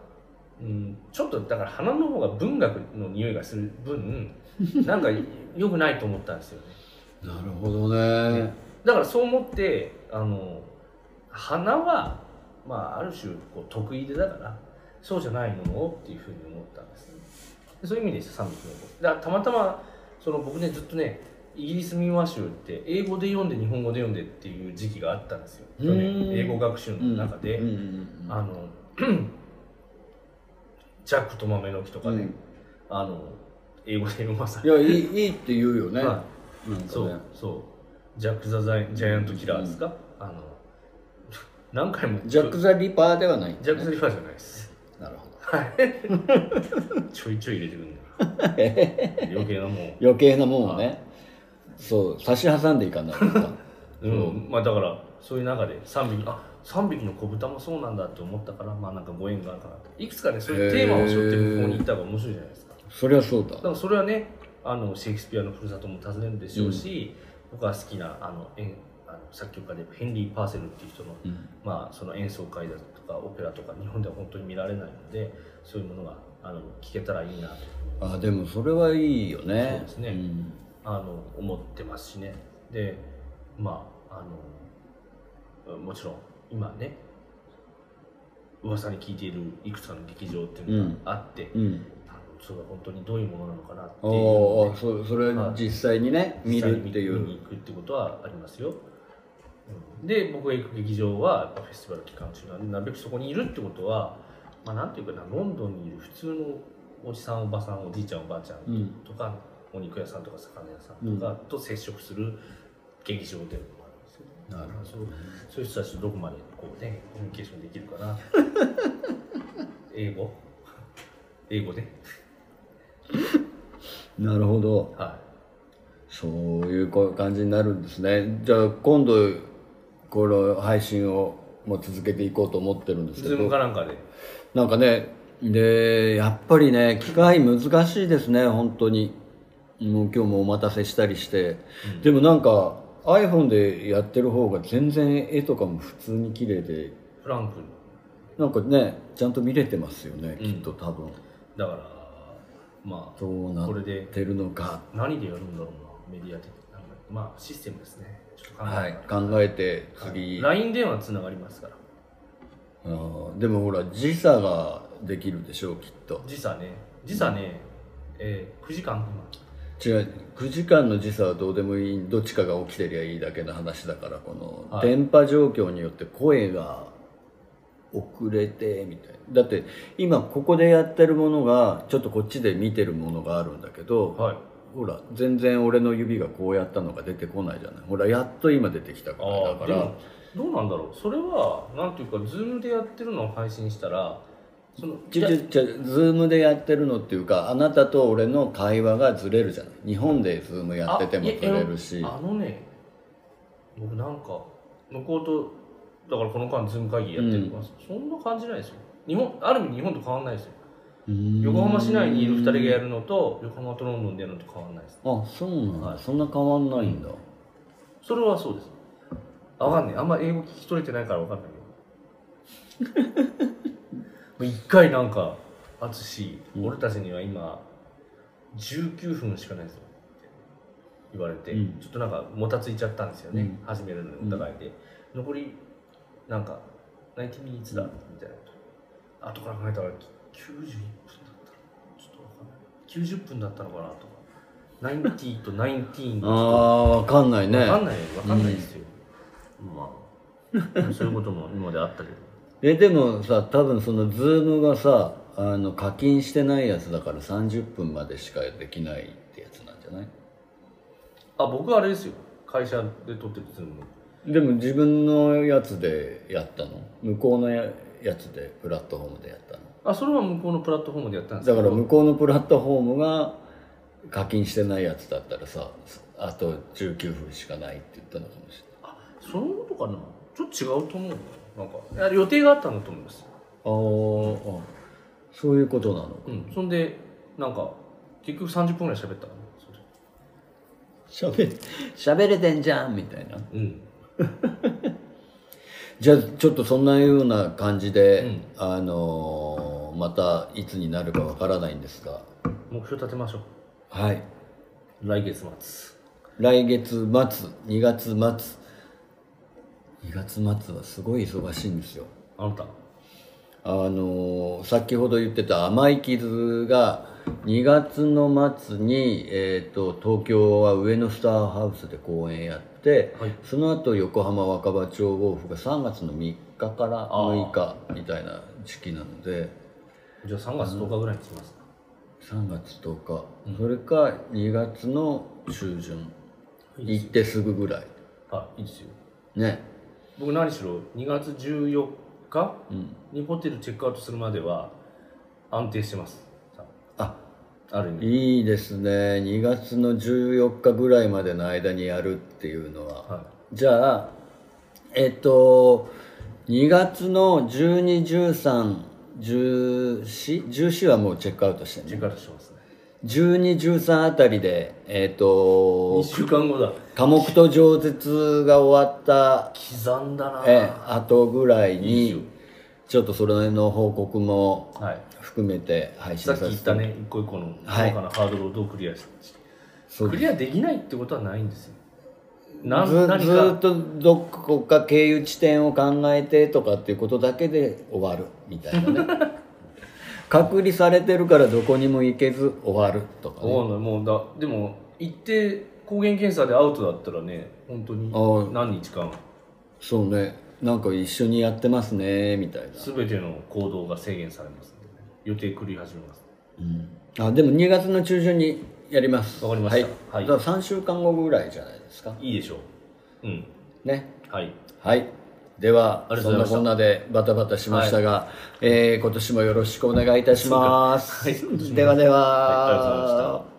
Speaker 2: うん、ちょっとだから花の方が文学の匂いがする分なんか良くないと思ったんですよね
Speaker 1: なるほどね
Speaker 2: だからそう思ってあの花は、まあ、ある種こう得意でだからそうじゃないものをっていうふうに思ったんですねでそういう意味でした3匹の子だからたまたまその僕ねずっとねイギリス民話集って英語で読んで日本語で読んでっていう時期があったんですよ去
Speaker 1: う
Speaker 2: 年
Speaker 1: ん
Speaker 2: 英語学習の中で、
Speaker 1: うんうん
Speaker 2: あの ジャックと豆の木とかね、
Speaker 1: うん
Speaker 2: あの英語で読まさ
Speaker 1: い
Speaker 2: れ
Speaker 1: やいいいいって言うよね、
Speaker 2: て、はい
Speaker 1: なんかね
Speaker 2: そうそうジャック・ザ・ザイジャイアント・キラーですか、あの 何回も
Speaker 1: ジャック・ザ・リパーではない、
Speaker 2: ジャック・ザ・リファーじゃないです
Speaker 1: なるほど
Speaker 2: はいちょいちょ い入れて くるんだ余計なも
Speaker 1: 余計なもんをねそう差し挟んでいかないとか
Speaker 2: う、うんまあだからそういう中で3匹あ3匹の子豚もそうなんだって思ったからまあなんかご縁があるかなといくつかねそういうテーマを背負って向こうに行った方が面白いじゃないですか
Speaker 1: そりゃそうだ
Speaker 2: だからそれはねあのシェイクスピアのふるさとも訪ねるでしょうし、僕は好きなあのえあの作曲家でヘンリー・パーセルっていう人の,、
Speaker 1: うん
Speaker 2: まあその演奏会だとかオペラとか日本では本当に見られないのでそういうものがあの聞けたらいいなと
Speaker 1: あでもそれはいいよね
Speaker 2: そうですね
Speaker 1: ん
Speaker 2: あの思ってますしねでまああのもちろん今ね噂に聞いているいくつかの劇場っていうのがあって、
Speaker 1: うん、
Speaker 2: あのそれは本当にどういうものなのかなっていうの
Speaker 1: お
Speaker 2: を
Speaker 1: ー
Speaker 2: ね
Speaker 1: あそそれは実際にね見るってい
Speaker 2: 実際に
Speaker 1: う
Speaker 2: 見に行くってことはありますよ、うんで僕が行く劇場はやっぱフェスティバル期間中なんでなるべくそこにいるってことは、まあ、なんていうかなロンドンにいる普通のおじさんおばさんおじいちゃんおばあちゃん
Speaker 1: うん
Speaker 2: とか、お肉屋さんとか魚屋さんとかと接触する劇場でもあるんですよね、
Speaker 1: なる
Speaker 2: そうそういう人たちとどこまでこうねコミュニケーションできるかな英語英語ね
Speaker 1: なるほど
Speaker 2: は
Speaker 1: そういうこ感じになるんですねじゃあ今度この配信をもう続けていこうと思ってるんで
Speaker 2: い
Speaker 1: す
Speaker 2: ズ
Speaker 1: け
Speaker 2: ームか
Speaker 1: ど
Speaker 2: なんかで
Speaker 1: なんかねでやっぱりね機会難しいですね本当にもう今日もお待たせしたりして、でもなんか iPhone でやってる方が全然絵とかも普通に綺麗で
Speaker 2: フランクに
Speaker 1: なんかねちゃんと見れてますよね、
Speaker 2: うん
Speaker 1: きっと多分
Speaker 2: だからまあ
Speaker 1: どうな
Speaker 2: これ
Speaker 1: っ
Speaker 2: で
Speaker 1: てるのか
Speaker 2: 何でやるんだろうなメディア的なまあシステムですねちょっと考えなが
Speaker 1: は
Speaker 2: ら
Speaker 1: い考えて次、
Speaker 2: LINE 電話つながりますから
Speaker 1: あーでもほら時差ができるでしょうきっと
Speaker 2: 時差ね時差ね、えー9時間
Speaker 1: 違う9時間の時差はどうでもいいどっちかが起きてりゃいいだけの話だからこの
Speaker 2: はい
Speaker 1: 電波状況によって声が遅れてみたいなだって今ここでやってるものがちょっとこっちで見てるものがあるんだけど、
Speaker 2: はい
Speaker 1: ほら全然俺の指がこうやったのが出てこないじゃないほらやっと今出てきたから
Speaker 2: あ
Speaker 1: だ
Speaker 2: あ
Speaker 1: か
Speaker 2: で
Speaker 1: ら
Speaker 2: もどうなんだろうそれはなんていうか Zoom でやってるのを配信したらその
Speaker 1: ちょちょちょズームでやってるのっていうかあなたと俺の会話がずれるじゃない日本でズームやってても
Speaker 2: あ
Speaker 1: ず
Speaker 2: いや
Speaker 1: れるし
Speaker 2: あのね僕なんか向こうとだからこの間ズーム会議やってるから、そんな感じないですよ日本ある意味日本と変わんないですよ横浜市内にいる2人がやるのと横浜とロンドンでやるのと変わらないです
Speaker 1: あそうなんだ、
Speaker 2: はい
Speaker 1: そんな変わんないんだ、
Speaker 2: それはそうですわかんないあんま英語聞き取れてないからわかんない けどもう一回なんか淳、
Speaker 1: うん
Speaker 2: 俺たちには今19分しかないですよって言われて、
Speaker 1: うん
Speaker 2: ちょっとなんかもたついちゃったんですよね、
Speaker 1: うん
Speaker 2: 始めるのにお互いで、残りなんか90 minutes だみたいなこと後から考えたら91分だったちょっとわかんない90分だったのかなとか90と19
Speaker 1: あ
Speaker 2: がちょっと
Speaker 1: あわかんないね
Speaker 2: わかんないよわかんないですよ、まあそういうことも今まであったけど
Speaker 1: えでもさ多分そのズームがさあの課金してないやつだから30分までしかできないってやつなんじゃない
Speaker 2: あ僕はあれですよ会社で撮ってるズーム
Speaker 1: でも自分のやつでやったの向こうのややつでプラットフォームでやったの
Speaker 2: あそれは向こうのプラットフォームでやったんです
Speaker 1: だ
Speaker 2: け
Speaker 1: か
Speaker 2: ど
Speaker 1: ら向こうのプラットフォームが課金してないやつだったらさあと19分しかないって言ったのかもし
Speaker 2: そのことかなちょっと違うと思うななんかいや予定があったんだと思います
Speaker 1: れないああそういうことなの
Speaker 2: うんそんでなんか結局30分ぐらい喋ったかなそれ
Speaker 1: しゃべれてんじゃんみたいな
Speaker 2: うん
Speaker 1: じゃあちょっとそんなような感じで、
Speaker 2: うん
Speaker 1: あのーまたいつになるかわからないんですが
Speaker 2: 目標立てましょう
Speaker 1: はい
Speaker 2: 来月末
Speaker 1: 来月末2月末2月末はすごい忙しいんですよ
Speaker 2: あなた
Speaker 1: あのー先ほど言ってた「甘い傷」が2月の末に、えー、と東京は上野スターハウスで公演やって、
Speaker 2: はい
Speaker 1: その後横浜若葉町ウォーフが3月の3日から6日みたいな時期なので
Speaker 2: じゃあ3月10日ぐらいに来ます
Speaker 1: 3月10日、それか2月の中旬行ってすぐぐらい
Speaker 2: あいいですよ
Speaker 1: ね
Speaker 2: 僕何しろ2月14日
Speaker 1: うん
Speaker 2: にホテルチェックアウトするまでは安定してます
Speaker 1: あ
Speaker 2: ある意味
Speaker 1: いいですね2月の14日ぐらいまでの間にやるっていうのは、
Speaker 2: は
Speaker 1: じゃあ、えっと2月の121314はもうチェックアウトして
Speaker 2: チ
Speaker 1: ね
Speaker 2: ェックアウトしてますね
Speaker 1: 1213あたりでえっと
Speaker 2: 2週間後だ
Speaker 1: 寡黙と饒舌が終わった
Speaker 2: 刻んだな
Speaker 1: えあとぐらい
Speaker 2: いいよ
Speaker 1: にちょっとそれの報告も
Speaker 2: はい
Speaker 1: 含めて配信
Speaker 2: さっき
Speaker 1: さ
Speaker 2: 言
Speaker 1: せ
Speaker 2: ってたね一個一個の細
Speaker 1: はい
Speaker 2: かなハードルをどうクリアし、
Speaker 1: そう
Speaker 2: ク
Speaker 1: です
Speaker 2: リアできないってことはないんですよな
Speaker 1: ずず
Speaker 2: 何
Speaker 1: ーっ
Speaker 2: か
Speaker 1: とどこか経由地点を考えてとかっていうことだけで終わるみたいな ね隔離されてるからどこにも行けず終わるとか
Speaker 2: お
Speaker 1: ね
Speaker 2: うもうだでも行って抗原検査でアウトだったらね本当に
Speaker 1: ああ
Speaker 2: 何日間
Speaker 1: そうねなんか一緒にやってますねみたいな、
Speaker 2: 全ての行動が制限されますんで、ね、予定狂い始めます
Speaker 1: うんあでも2月の中旬にやります
Speaker 2: わかりましたは
Speaker 1: はいい、だから3週間後ぐらいじゃないですか
Speaker 2: いいでしょううん
Speaker 1: ね
Speaker 2: はい
Speaker 1: はい。では
Speaker 2: あ、りがと
Speaker 1: そ
Speaker 2: うん
Speaker 1: な
Speaker 2: ございました
Speaker 1: こんなでバタバタしましたが、えー今年もよろしくお願いいたします。
Speaker 2: そうかはい
Speaker 1: ではでは。
Speaker 2: はいありがとうございました